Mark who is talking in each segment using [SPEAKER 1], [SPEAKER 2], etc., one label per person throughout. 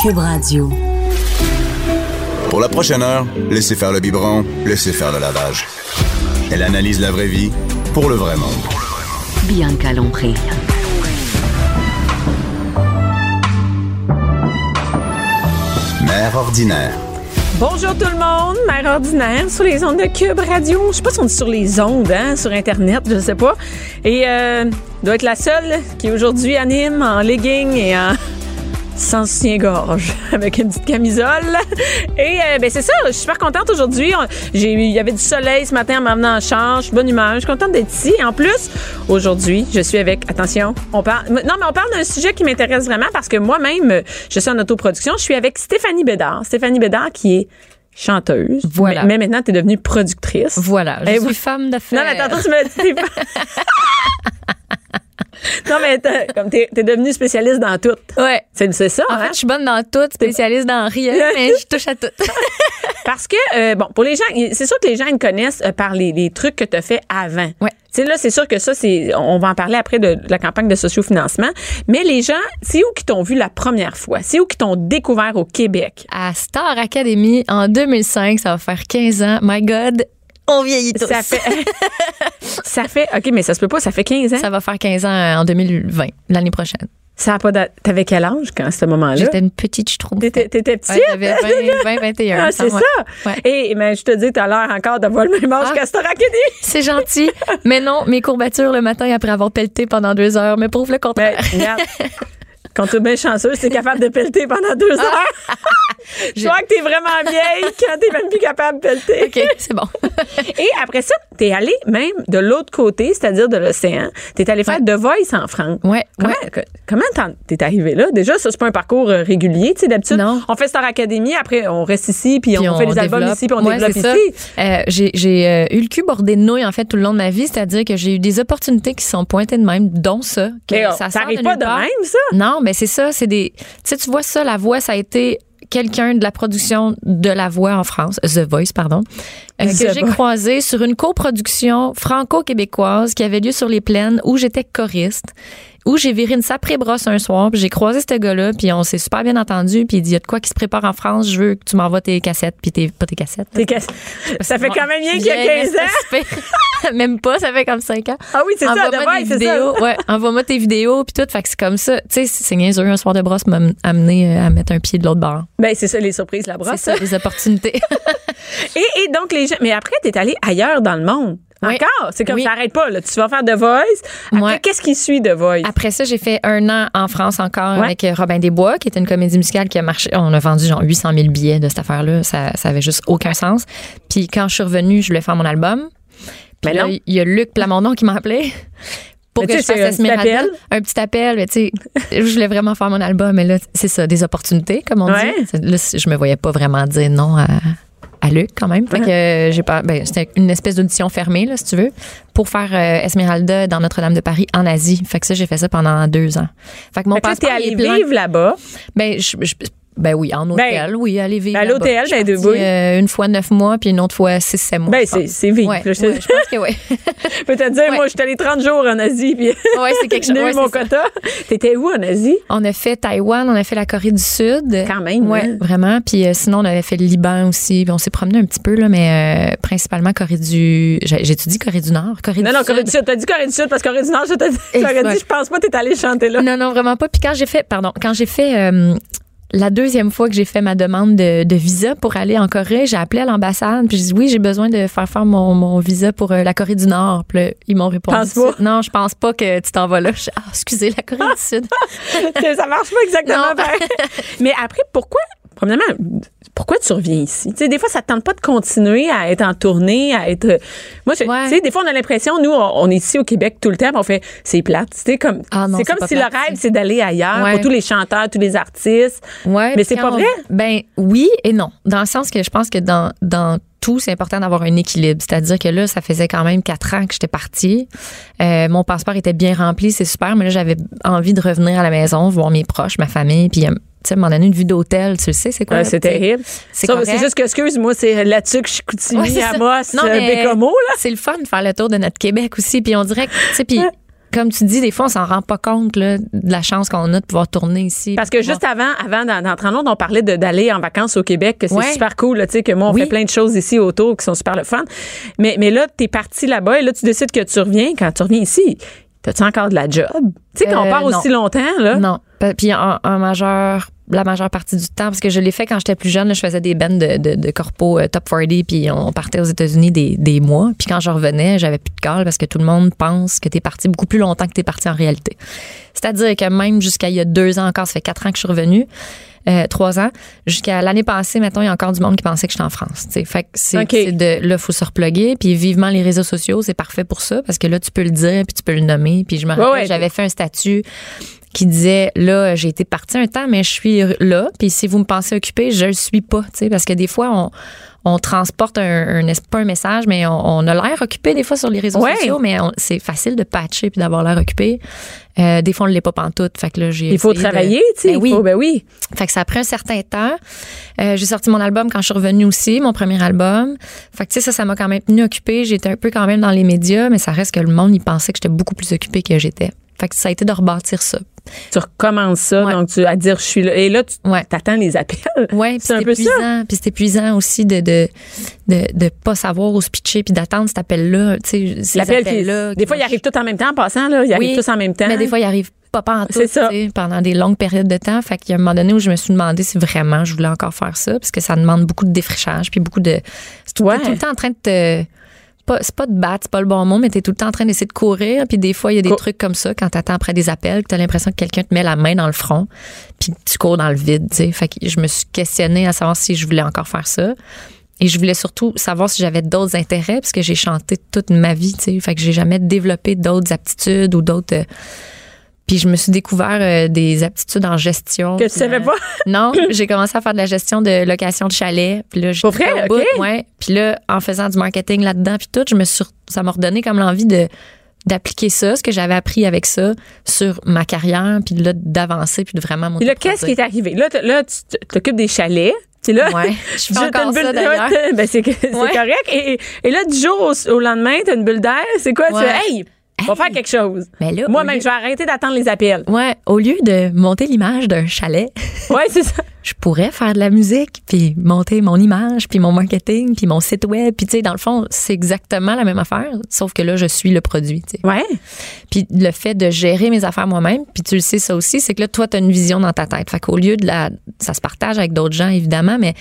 [SPEAKER 1] Cube Radio.
[SPEAKER 2] Pour la prochaine heure, laissez faire le biberon, laissez faire le lavage. Elle analyse la vraie vie pour le vrai monde.
[SPEAKER 1] Bianca Lompré.
[SPEAKER 2] Mère ordinaire.
[SPEAKER 3] Bonjour tout le monde, Mère Ordinaire sur les ondes de Cube Radio. Je sais pas si on dit sur les ondes, hein, sur Internet, je sais pas. Et euh, doit être la seule qui aujourd'hui anime en legging et en sans soutien-gorge, avec une petite camisole. Et euh, ben c'est ça, je suis super contente aujourd'hui. On- j'ai eu- Il y avait du soleil ce matin en m'amenant en charge, je suis de bonne humeur, je suis contente d'être ici. Et En plus, aujourd'hui, je suis avec, attention, on parle, non mais on parle d'un sujet qui m'intéresse vraiment parce que moi-même, euh, je suis en autoproduction, je suis avec Stéphanie Bédard. Stéphanie Bédard qui est chanteuse.
[SPEAKER 4] Voilà.
[SPEAKER 3] Mais, mais maintenant, tu es devenue productrice.
[SPEAKER 4] Voilà, je
[SPEAKER 3] Eh
[SPEAKER 4] suis
[SPEAKER 3] oui.
[SPEAKER 4] femme
[SPEAKER 3] Non,
[SPEAKER 4] d'affaires.
[SPEAKER 3] mais attends, tu me dis pas. non, mais t'es- comme t'es, t'es devenue spécialiste dans tout.
[SPEAKER 4] Ouais.
[SPEAKER 3] C'est, c'est ça,
[SPEAKER 4] En
[SPEAKER 3] hein?
[SPEAKER 4] fait, je suis bonne dans tout, spécialiste dans rien, mais je touche à tout.
[SPEAKER 3] Parce que, euh, bon, pour les gens, c'est sûr que les gens ils te connaissent euh, par les, les trucs que tu as fait avant.
[SPEAKER 4] Ouais.
[SPEAKER 3] Tu sais, là, c'est sûr que ça, c'est, on va en parler après de, de la campagne de sociofinancement. Mais les gens, c'est où qui t'ont vu la première fois? C'est où qui t'ont découvert au Québec?
[SPEAKER 4] À Star Academy, en 2005, ça va faire 15 ans. My God, on vieillit tous.
[SPEAKER 3] Ça fait, ça fait, OK, mais ça se peut pas, ça fait 15 ans.
[SPEAKER 4] Ça va faire 15 ans euh, en 2020, l'année prochaine.
[SPEAKER 3] Ça a pas date. T'avais quel âge quand, à ce moment-là?
[SPEAKER 4] J'étais une petite, je trouve.
[SPEAKER 3] T'étais, t'étais petite?
[SPEAKER 4] Ouais, j'avais 20, 20, 21.
[SPEAKER 3] Ah, c'est
[SPEAKER 4] ouais.
[SPEAKER 3] ça.
[SPEAKER 4] Ouais.
[SPEAKER 3] Et mais je te dis, t'as l'air encore d'avoir le même âge
[SPEAKER 4] Ah.
[SPEAKER 3] qu'à Star Academy.
[SPEAKER 4] C'est gentil, mais non, mes courbatures le matin après avoir pelleté pendant deux heures me prouvent le
[SPEAKER 3] Mais
[SPEAKER 4] contraire.
[SPEAKER 3] Ben, regarde, quand t'es bien chanceuse, t'es capable de pelleter pendant deux
[SPEAKER 4] Ah.
[SPEAKER 3] heures. je
[SPEAKER 4] Je-
[SPEAKER 3] vois que t'es vraiment vieille quand t'es même plus capable de pelleter.
[SPEAKER 4] OK, c'est bon.
[SPEAKER 3] Et après ça, t'es allée même de l'autre côté, c'est-à-dire de l'océan. T'es allée faire
[SPEAKER 4] Ouais.
[SPEAKER 3] The Voice en France.
[SPEAKER 4] Ouais,
[SPEAKER 3] Comment,
[SPEAKER 4] ouais.
[SPEAKER 3] que- comment t'en- t'es arrivée là? Déjà, ça, c'est pas un parcours euh, régulier, tu sais, d'habitude.
[SPEAKER 4] Non.
[SPEAKER 3] On fait Star Academy, après, on reste ici, puis,
[SPEAKER 4] Puis
[SPEAKER 3] on, fait des albums
[SPEAKER 4] développe.
[SPEAKER 3] ici, puis on
[SPEAKER 4] Ouais,
[SPEAKER 3] développe
[SPEAKER 4] c'est ça.
[SPEAKER 3] ici.
[SPEAKER 4] Euh, j'ai j'ai, euh, eu le cul bordé de nouilles, en fait, tout le long de ma vie. C'est-à-dire que j'ai eu des opportunités qui se sont pointées de même, dont ça. Que
[SPEAKER 3] Mais, euh,
[SPEAKER 4] ça
[SPEAKER 3] ça
[SPEAKER 4] sort
[SPEAKER 3] arrive
[SPEAKER 4] nulle
[SPEAKER 3] pas de
[SPEAKER 4] part.
[SPEAKER 3] même, ça?
[SPEAKER 4] Non, mais c'est ça. C'est des. Tu sais, tu vois ça, la voix, ça a été quelqu'un de la production de la voix en France, The Voice, pardon, euh,
[SPEAKER 3] The
[SPEAKER 4] que j'ai
[SPEAKER 3] Voice.
[SPEAKER 4] croisé sur une coproduction franco-québécoise qui avait lieu sur les plaines où j'étais choriste, où j'ai viré une saprée brosse un soir, puis j'ai croisé ce gars-là, puis on s'est super bien entendu, puis il dit, il y a de quoi qui se prépare en France, je veux que tu m'envoies tes cassettes, puis tes, pas tes cassettes.
[SPEAKER 3] T'es cass- Ça fait quand même bien qu'il y a 15
[SPEAKER 4] Vieille, mais
[SPEAKER 3] ans.
[SPEAKER 4] c'est pas super. Même pas, ça fait comme 5 ans.
[SPEAKER 3] Ah oui, c'est ça, de
[SPEAKER 4] Envoie-moi
[SPEAKER 3] Voice,
[SPEAKER 4] des
[SPEAKER 3] c'est ça.
[SPEAKER 4] vidéos. Ouais, envoie-moi tes vidéos, puis tout. Fait que c'est comme ça. Tu sais, c'est niaiseux, un soir de brosse m'a amené euh, à mettre un pied de l'autre bord.
[SPEAKER 3] Ben, c'est ça, les surprises, la
[SPEAKER 4] C'est
[SPEAKER 3] brosse.
[SPEAKER 4] ça, les opportunités.
[SPEAKER 3] Et, et donc, les gens. Mais après, t'es allé ailleurs dans le monde.
[SPEAKER 4] Oui.
[SPEAKER 3] Encore. C'est comme,
[SPEAKER 4] Oui.
[SPEAKER 3] ça arrête pas, là. Tu vas faire The Voice. Après,
[SPEAKER 4] Ouais.
[SPEAKER 3] qu'est-ce qui suit The Voice?
[SPEAKER 4] Après ça, j'ai fait un an en France encore
[SPEAKER 3] Ouais.
[SPEAKER 4] avec Robin Desbois, qui était une comédie musicale qui a marché. On a vendu genre 800 000 billets de cette affaire-là. Ça, ça avait juste aucun sens. Puis quand je suis revenue, je voulais faire mon album. Puis
[SPEAKER 3] Mais
[SPEAKER 4] là,
[SPEAKER 3] non.
[SPEAKER 4] il y a Luc Plamondon qui m'a appelé. Pour
[SPEAKER 3] Mais
[SPEAKER 4] que
[SPEAKER 3] tu
[SPEAKER 4] je
[SPEAKER 3] sais,
[SPEAKER 4] fasse
[SPEAKER 3] c'est un petit
[SPEAKER 4] Esmeralda.
[SPEAKER 3] appel.
[SPEAKER 4] Un petit appel, mais tu sais, je voulais vraiment faire mon album, mais là, c'est ça, des opportunités, comme on
[SPEAKER 3] Ouais.
[SPEAKER 4] dit. Là, je me voyais pas vraiment dire non à, à Luc quand même. Fait que euh, j'ai pas. Ben, c'était une espèce d'audition fermée, là, si tu veux, pour faire euh, Esmeralda dans Notre-Dame de Paris en Asie. Fait que ça, j'ai fait ça pendant deux ans. Fait que mon
[SPEAKER 3] Fait que là, t'es
[SPEAKER 4] passeport, il
[SPEAKER 3] allé
[SPEAKER 4] est plein.
[SPEAKER 3] vivre là-bas.
[SPEAKER 4] Ben, je- je- ben oui, en hôtel, oui, aller vivre.
[SPEAKER 3] ben, à
[SPEAKER 4] là-bas.
[SPEAKER 3] l'hôtel,
[SPEAKER 4] Je
[SPEAKER 3] ben,
[SPEAKER 4] suis
[SPEAKER 3] de
[SPEAKER 4] partie,
[SPEAKER 3] oui.
[SPEAKER 4] euh, Une fois neuf mois, puis une autre fois six, sept mois.
[SPEAKER 3] Ben,
[SPEAKER 4] je pense.
[SPEAKER 3] c'est, c'est vivre.
[SPEAKER 4] Ouais,
[SPEAKER 3] Là,
[SPEAKER 4] ouais,
[SPEAKER 3] je
[SPEAKER 4] je
[SPEAKER 3] te-
[SPEAKER 4] pense que oui.
[SPEAKER 3] je peux te dire,
[SPEAKER 4] Ouais.
[SPEAKER 3] moi, je suis allée 30 jours en Asie, puis
[SPEAKER 4] ouais, c'est quelque chose.
[SPEAKER 3] j'ai
[SPEAKER 4] ouais,
[SPEAKER 3] eu mon
[SPEAKER 4] c'est ça.
[SPEAKER 3] quota. T'étais où en Asie?
[SPEAKER 4] On a fait Taïwan, on a fait la Corée du Sud.
[SPEAKER 3] Quand même,
[SPEAKER 4] Ouais,
[SPEAKER 3] hein.
[SPEAKER 4] vraiment. Puis euh, sinon, on avait fait le Liban aussi. Puis on s'est promené un petit peu, là, mais euh, principalement Corée du. j'ai- J'étudie Corée du Nord. Corée
[SPEAKER 3] Non,
[SPEAKER 4] du
[SPEAKER 3] non,
[SPEAKER 4] Sud.
[SPEAKER 3] Corée du Sud. T'as dit Corée du Sud parce que Corée du Nord, je t'ai dit,
[SPEAKER 4] Et
[SPEAKER 3] j'aurais
[SPEAKER 4] ouais.
[SPEAKER 3] dit, je pense pas, t'es allé chanter là.
[SPEAKER 4] Non, non, vraiment pas. Puis quand j'ai fait, pardon, quand j'ai fait euh, la deuxième fois que j'ai fait ma demande de, de visa pour aller en Corée, j'ai appelé à l'ambassade. Puis j'ai dit oui, j'ai besoin de faire faire mon, mon visa pour euh, la Corée du Nord. Puis là, ils m'ont répondu.
[SPEAKER 3] Pense
[SPEAKER 4] tout de
[SPEAKER 3] pas.
[SPEAKER 4] suite, Non, je pense pas que tu t'en vas là. Je dis, Ah, excusez, la Corée du Sud.
[SPEAKER 3] ça marche pas exactement.
[SPEAKER 4] Non.
[SPEAKER 3] pareil. Mais après, pourquoi? premièrement, pourquoi tu reviens ici? Tu sais, des fois, ça ne te tente pas de continuer à être en tournée, à être. Moi, je-
[SPEAKER 4] Ouais.
[SPEAKER 3] tu sais, des fois, on a l'impression, nous, on, on est ici au Québec tout le temps, puis on fait, c'est plate. Tu sais, comme,
[SPEAKER 4] Ah non,
[SPEAKER 3] c'est
[SPEAKER 4] c'est
[SPEAKER 3] comme
[SPEAKER 4] pas
[SPEAKER 3] si
[SPEAKER 4] plate,
[SPEAKER 3] le rêve,
[SPEAKER 4] c'est-
[SPEAKER 3] c'est d'aller ailleurs
[SPEAKER 4] Ouais.
[SPEAKER 3] pour tous les chanteurs, tous les artistes.
[SPEAKER 4] Ouais,
[SPEAKER 3] Mais
[SPEAKER 4] puis
[SPEAKER 3] c'est
[SPEAKER 4] quand
[SPEAKER 3] pas
[SPEAKER 4] on-
[SPEAKER 3] vrai?
[SPEAKER 4] Ben oui et non. Dans le sens que je pense que dans, dans tout, c'est important d'avoir un équilibre. C'est-à-dire que là, ça faisait quand même quatre ans que j'étais partie. Euh, mon passeport était bien rempli, c'est super, mais là, j'avais envie de revenir à la maison, voir mes proches, ma famille, puis euh, tu sais, m'en donner une vue d'hôtel, tu le sais, c'est quoi?
[SPEAKER 3] Euh,
[SPEAKER 4] là,
[SPEAKER 3] c'est
[SPEAKER 4] tu sais?
[SPEAKER 3] terrible.
[SPEAKER 4] C'est
[SPEAKER 3] Ça,
[SPEAKER 4] correct.
[SPEAKER 3] C'est juste que, excuse-moi, c'est là-dessus que je suis
[SPEAKER 4] Ouais,
[SPEAKER 3] coutumée
[SPEAKER 4] c'est
[SPEAKER 3] à
[SPEAKER 4] ça.
[SPEAKER 3] moi,
[SPEAKER 4] Non, mais-
[SPEAKER 3] Bécomo, là.
[SPEAKER 4] C'est le fun de faire le tour de notre Québec aussi. Puis on dirait que, tu sais, puis comme tu dis, des fois, on s'en rend pas compte là, de la chance qu'on a de pouvoir tourner ici.
[SPEAKER 3] Parce que
[SPEAKER 4] Pouvoir-
[SPEAKER 3] juste avant, avant d'en- d'entrer en Londres, on parlait de- d'aller en vacances au Québec, que c'est
[SPEAKER 4] Ouais.
[SPEAKER 3] super cool, là, tu sais, que moi, on
[SPEAKER 4] Oui.
[SPEAKER 3] fait plein de choses ici autour qui sont super le fun. Mais, mais là, t'es parti là-bas et là, tu décides que tu reviens. Quand tu reviens ici, t'as-tu encore de la job? Tu sais, quand on
[SPEAKER 4] Euh,
[SPEAKER 3] part
[SPEAKER 4] non.
[SPEAKER 3] aussi longtemps, là.
[SPEAKER 4] Non. Pa- Puis en, en majeur, la majeure partie du temps, parce que je l'ai fait quand j'étais plus jeune, là, je faisais des bands de, de, de corpo euh, top 40, puis on partait aux États-Unis des, des mois. Puis quand je revenais, j'avais plus de call parce que tout le monde pense que t'es parti beaucoup plus longtemps que t'es parti en réalité. C'est-à-dire que même jusqu'à il y a deux ans encore, ça fait quatre ans que je suis revenue, euh, trois ans, jusqu'à l'année passée, mettons, il y a encore du monde qui pensait que j'étais en France. tu sais. Fait que c'est
[SPEAKER 3] Ok.
[SPEAKER 4] c'est de là, faut se reploguer. Puis vivement les réseaux sociaux, c'est parfait pour ça, parce que là, tu peux le dire, puis tu peux le nommer. Puis je me
[SPEAKER 3] Ouais,
[SPEAKER 4] rappelle,
[SPEAKER 3] ouais.
[SPEAKER 4] j'avais fait un statut qui disait là j'ai été partie un temps mais je suis là puis si vous me pensez occupée je le suis pas tu sais parce que des fois on on transporte un, un es- pas un message mais on, on a l'air occupé des fois sur les réseaux
[SPEAKER 3] Ouais.
[SPEAKER 4] sociaux mais on- c'est facile de patcher puis d'avoir l'air occupé Euh, des fois on l'est pas pantoute fait que là j'ai
[SPEAKER 3] Il faut
[SPEAKER 4] essayé de-
[SPEAKER 3] travailler, tu sais.
[SPEAKER 4] Ben oui
[SPEAKER 3] il faut- ben oui.
[SPEAKER 4] fait que ça a pris un certain temps. Euh, j'ai sorti mon album quand je suis revenue aussi, mon premier album. Fait que tu sais, ça, ça m'a quand même tenu occupée. J'étais un peu quand même dans les médias, mais ça reste que le monde, il pensait que j'étais beaucoup plus occupée que j'étais. Fait que ça a été de rebâtir ça.
[SPEAKER 3] Tu recommences ça,
[SPEAKER 4] Ouais.
[SPEAKER 3] donc tu à dire je suis là. Et là, tu
[SPEAKER 4] Ouais.
[SPEAKER 3] t'attends les appels.
[SPEAKER 4] Ouais, puis
[SPEAKER 3] C'est
[SPEAKER 4] c'est
[SPEAKER 3] un peu ça.
[SPEAKER 4] épuisant, puis c'est épuisant aussi de de de, de pas savoir où se pitcher puis d'attendre cet appel là, tu sais, ces
[SPEAKER 3] L'appel qui.
[SPEAKER 4] appels-là
[SPEAKER 3] Des
[SPEAKER 4] qui
[SPEAKER 3] fois, ils
[SPEAKER 4] marchent.
[SPEAKER 3] arrivent tous en même temps en passant, là. Ils arrivent
[SPEAKER 4] Oui,
[SPEAKER 3] tous en même temps.
[SPEAKER 4] Mais des fois, il arrive pas en tout,
[SPEAKER 3] C'est ça.
[SPEAKER 4] pendant des longues périodes de temps. Fait qu'il y a un moment donné où je me suis demandé si vraiment je voulais encore faire ça, parce que ça demande beaucoup de défrichage, puis beaucoup de. C'est tout,
[SPEAKER 3] Ouais.
[SPEAKER 4] t'es tout le temps en train de te. pas- c'est pas de battre, c'est pas le bon mot, mais t'es tout le temps en train d'essayer de courir. Puis des fois, il y a des
[SPEAKER 3] Co-
[SPEAKER 4] trucs comme ça quand t'attends après des appels, que t'as l'impression que quelqu'un te met la main dans le front, puis que tu cours dans le vide, tu sais. Fait que je me suis questionnée à savoir si je voulais encore faire ça. Et je voulais surtout savoir si j'avais d'autres intérêts, parce que j'ai chanté toute ma vie, tu sais. Fait que j'ai jamais développé d'autres aptitudes ou d'autres. euh, Puis je me suis découvert euh, des aptitudes en gestion. euh,
[SPEAKER 3] Que tu savais
[SPEAKER 4] finalement.
[SPEAKER 3] pas.
[SPEAKER 4] Non, j'ai commencé à faire de la gestion de location de chalet. Puis là, j'étais
[SPEAKER 3] Pour vrai?
[SPEAKER 4] au bout,
[SPEAKER 3] OK.
[SPEAKER 4] ouais. Puis là, en faisant du marketing là-dedans, puis tout, je me suis, ça m'a redonné comme l'envie de d'appliquer ça, ce que j'avais appris avec ça, sur ma carrière, puis là, d'avancer, puis de vraiment monter.
[SPEAKER 3] Puis là, qu'est-ce qui est arrivé? Là, t- là tu t'occupes des chalets. Puis là,
[SPEAKER 4] Ouais, je fais
[SPEAKER 3] Déjà, t'as
[SPEAKER 4] encore
[SPEAKER 3] une
[SPEAKER 4] ça
[SPEAKER 3] bulle-
[SPEAKER 4] d'ailleurs.
[SPEAKER 3] ouais, ben, c'est que- c'est
[SPEAKER 4] Ouais.
[SPEAKER 3] correct. Et, et là, du jour au, au lendemain, t'as une bulle d'air. C'est quoi? Tu
[SPEAKER 4] Ouais.
[SPEAKER 3] fais, hey, on va
[SPEAKER 4] Hey. Oh,
[SPEAKER 3] faire quelque chose.
[SPEAKER 4] Mais là, au
[SPEAKER 3] Moi-même,
[SPEAKER 4] lieu-
[SPEAKER 3] je vais arrêter d'attendre les appels.
[SPEAKER 4] Ouais, au lieu de monter l'image d'un chalet,
[SPEAKER 3] Ouais, c'est ça.
[SPEAKER 4] je pourrais faire de la musique, puis monter mon image, puis mon marketing, puis mon site web. Puis, tu sais, dans le fond, c'est exactement la même affaire, sauf que là, je suis le produit, tu sais.
[SPEAKER 3] Ouais.
[SPEAKER 4] Puis le fait de gérer mes affaires moi-même, puis tu le sais ça aussi, c'est que là, toi, tu as une vision dans ta tête. Fait qu'au lieu de la... Ça se partage avec d'autres gens, évidemment, mais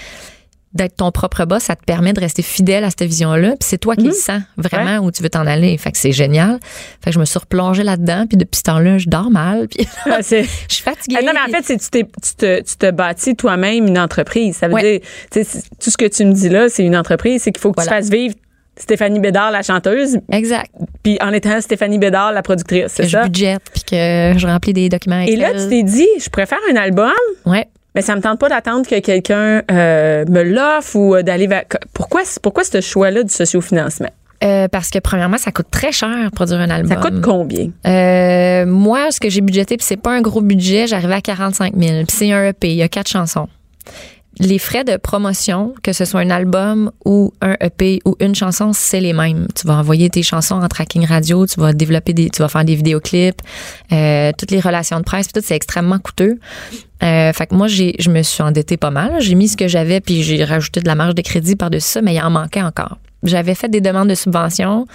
[SPEAKER 4] d'être ton propre boss, ça te permet de rester fidèle à cette vision-là. Puis c'est toi qui
[SPEAKER 3] Mmh.
[SPEAKER 4] le sens vraiment où tu veux t'en aller. Fait que c'est génial. Fait que je me suis replongée là-dedans. Puis depuis ce temps-là, je dors mal. Puis
[SPEAKER 3] Ah, c'est-
[SPEAKER 4] je suis fatiguée.
[SPEAKER 3] Ah, non, mais en fait, c'est tu, t'es- tu te, tu te bâtis toi-même une entreprise. Ça veut
[SPEAKER 4] Ouais.
[SPEAKER 3] dire, tu sais, c'est- tout ce que tu me dis là, c'est une entreprise. C'est qu'il faut que tu
[SPEAKER 4] Voilà.
[SPEAKER 3] fasses vivre Stéphanie Bédard, la chanteuse,
[SPEAKER 4] Exact.
[SPEAKER 3] puis en étant Stéphanie Bédard, la productrice. C'est
[SPEAKER 4] Que je
[SPEAKER 3] ça?
[SPEAKER 4] budgète, puis que je remplis des documents.
[SPEAKER 3] Et là, tu
[SPEAKER 4] Excel.
[SPEAKER 3] t'es dit, je préfère un album
[SPEAKER 4] Ouais.
[SPEAKER 3] mais ça me tente pas d'attendre que quelqu'un euh, me l'offre ou euh, d'aller vers. Pourquoi, pourquoi ce choix-là du sociofinancement?
[SPEAKER 4] Euh, parce que premièrement, ça coûte très cher produire un album.
[SPEAKER 3] Ça coûte combien?
[SPEAKER 4] Euh, moi, ce que j'ai budgété, puis c'est pas un gros budget, j'arrivais à 45 000. Puis c'est un EP, il y a quatre chansons. Les frais de promotion, que ce soit un album ou un EP ou une chanson, c'est les mêmes. Tu vas envoyer tes chansons en tracking radio, tu vas développer des, tu vas faire des vidéoclips, euh, toutes les relations de presse, puis tout c'est extrêmement coûteux. Euh, fait que moi, j'ai, je me suis endettée pas mal. J'ai mis ce que j'avais, puis j'ai rajouté de la marge de crédit par-dessus ça, mais il en manquait encore. J'avais fait des demandes de subventions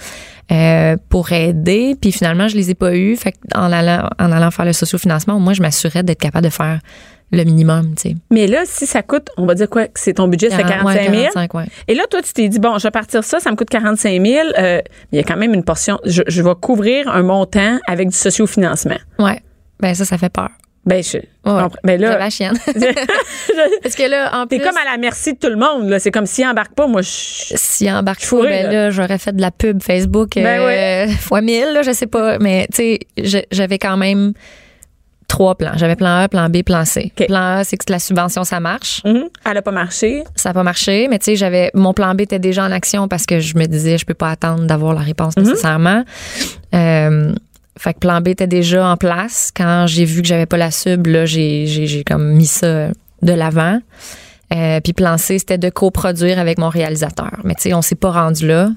[SPEAKER 4] euh, pour aider, puis finalement, je les ai pas eues. Fait que en allant, en allant faire le sociofinancement, moi, je m'assurais d'être capable de faire le minimum, tu sais.
[SPEAKER 3] Mais là, si ça coûte, on va dire quoi? que C'est ton budget, c'est 45
[SPEAKER 4] Ouais,
[SPEAKER 3] 000.
[SPEAKER 4] 45, ouais.
[SPEAKER 3] Et là, toi, tu t'es dit, bon, je vais partir ça, ça me coûte 45 000. euh, il y a quand même une portion. Je, je vais couvrir un montant avec du sociofinancement.
[SPEAKER 4] Ouais. Ben ça, ça fait peur.
[SPEAKER 3] Ben, je.
[SPEAKER 4] Ouais.
[SPEAKER 3] compre- Mais
[SPEAKER 4] De
[SPEAKER 3] là,
[SPEAKER 4] la chienne. Parce que là, en
[SPEAKER 3] t'es
[SPEAKER 4] plus,
[SPEAKER 3] comme à la merci de tout le monde, là. C'est comme s'il embarque pas, moi, je.
[SPEAKER 4] s'il embarque pas,
[SPEAKER 3] Fourré,
[SPEAKER 4] ben
[SPEAKER 3] là.
[SPEAKER 4] là, j'aurais fait de la pub Facebook
[SPEAKER 3] Ben
[SPEAKER 4] euh, fois mille, là, je sais pas. Mais tu sais, je- j'avais quand même trois plans. J'avais plan A, plan B, plan C.
[SPEAKER 3] OK.
[SPEAKER 4] Plan A, c'est que la subvention, ça marche.
[SPEAKER 3] Mhm. Elle a pas marché.
[SPEAKER 4] Ça n'a pas marché, mais tu sais, j'avais mon plan B était déjà en action parce que je me disais, je peux pas attendre d'avoir la réponse nécessairement. Euh, fait que plan B était déjà en place. Quand j'ai vu que j'avais pas la sub, là, j'ai, j'ai, j'ai comme mis ça de l'avant. Euh, puis plan C, c'était de coproduire avec mon réalisateur. Mais tu sais, on s'est pas rendu là.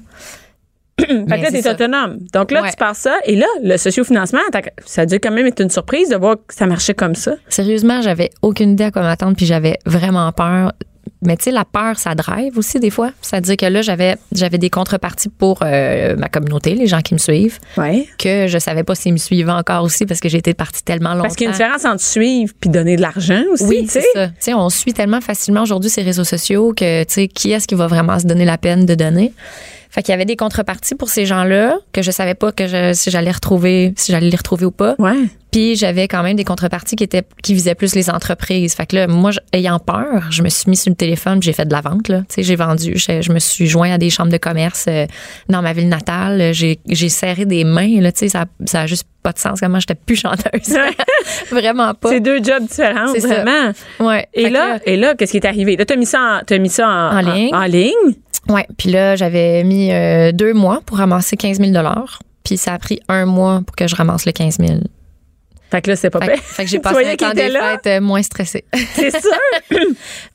[SPEAKER 3] Fait que là,
[SPEAKER 4] c'est
[SPEAKER 3] t'es
[SPEAKER 4] ça.
[SPEAKER 3] autonome. Donc là,
[SPEAKER 4] Ouais.
[SPEAKER 3] tu pars ça. Et là, le sociofinancement, t'as- ça a dû quand même être une surprise de voir que ça marchait comme ça.
[SPEAKER 4] Sérieusement, j'avais aucune idée à quoi m'attendre, puis j'avais vraiment peur. Mais tu sais, la peur, ça drive aussi des fois. C'est-à-dire que là, j'avais, j'avais des contreparties pour euh, ma communauté, les gens qui me suivent.
[SPEAKER 3] Oui.
[SPEAKER 4] que je savais pas s'ils me suivaient encore aussi parce que j'étais partie tellement longtemps.
[SPEAKER 3] Parce qu'il y a une différence entre suivre puis donner de l'argent aussi,
[SPEAKER 4] oui,
[SPEAKER 3] tu
[SPEAKER 4] c'est
[SPEAKER 3] sais.
[SPEAKER 4] ça. Tu sais, on suit tellement facilement aujourd'hui ces réseaux sociaux que, tu sais, qui est-ce qui va vraiment se donner la peine de donner? Fait qu'il y avait des contreparties pour ces gens-là que je savais pas que je- si j'allais retrouver, si j'allais les retrouver ou pas.
[SPEAKER 3] Ouais.
[SPEAKER 4] Puis j'avais quand même des contreparties qui étaient, qui visaient plus les entreprises. Fait que là, moi, je- ayant peur, je me suis mis sur le téléphone, puis j'ai fait de la vente, là. Tu sais, j'ai vendu, je, je me suis joint à des chambres de commerce euh, dans ma ville natale. J'ai, j'ai serré des mains, là. Tu sais, ça, ça a juste pas de sens. Comment j'étais plus chanteuse. Vraiment pas.
[SPEAKER 3] C'est deux jobs différents,
[SPEAKER 4] C'est ça.
[SPEAKER 3] vraiment.
[SPEAKER 4] Ouais.
[SPEAKER 3] Et
[SPEAKER 4] Fait que
[SPEAKER 3] là, et là, qu'est-ce qui est arrivé? Là, t'as mis ça en, t'as mis ça en,
[SPEAKER 4] En ligne.
[SPEAKER 3] En, ligne.
[SPEAKER 4] Ouais, puis là, j'avais mis euh, deux mois pour ramasser 15 000 Puis ça a pris un mois pour que je ramasse le 15 000
[SPEAKER 3] Fait que là, c'est pas
[SPEAKER 4] Fait,
[SPEAKER 3] pire.
[SPEAKER 4] que- fait que j'ai
[SPEAKER 3] Tu
[SPEAKER 4] passé
[SPEAKER 3] voyais
[SPEAKER 4] un
[SPEAKER 3] qu'il
[SPEAKER 4] temps
[SPEAKER 3] était
[SPEAKER 4] des
[SPEAKER 3] là.
[SPEAKER 4] fêtes euh, moins stressée.
[SPEAKER 3] C'est sûr.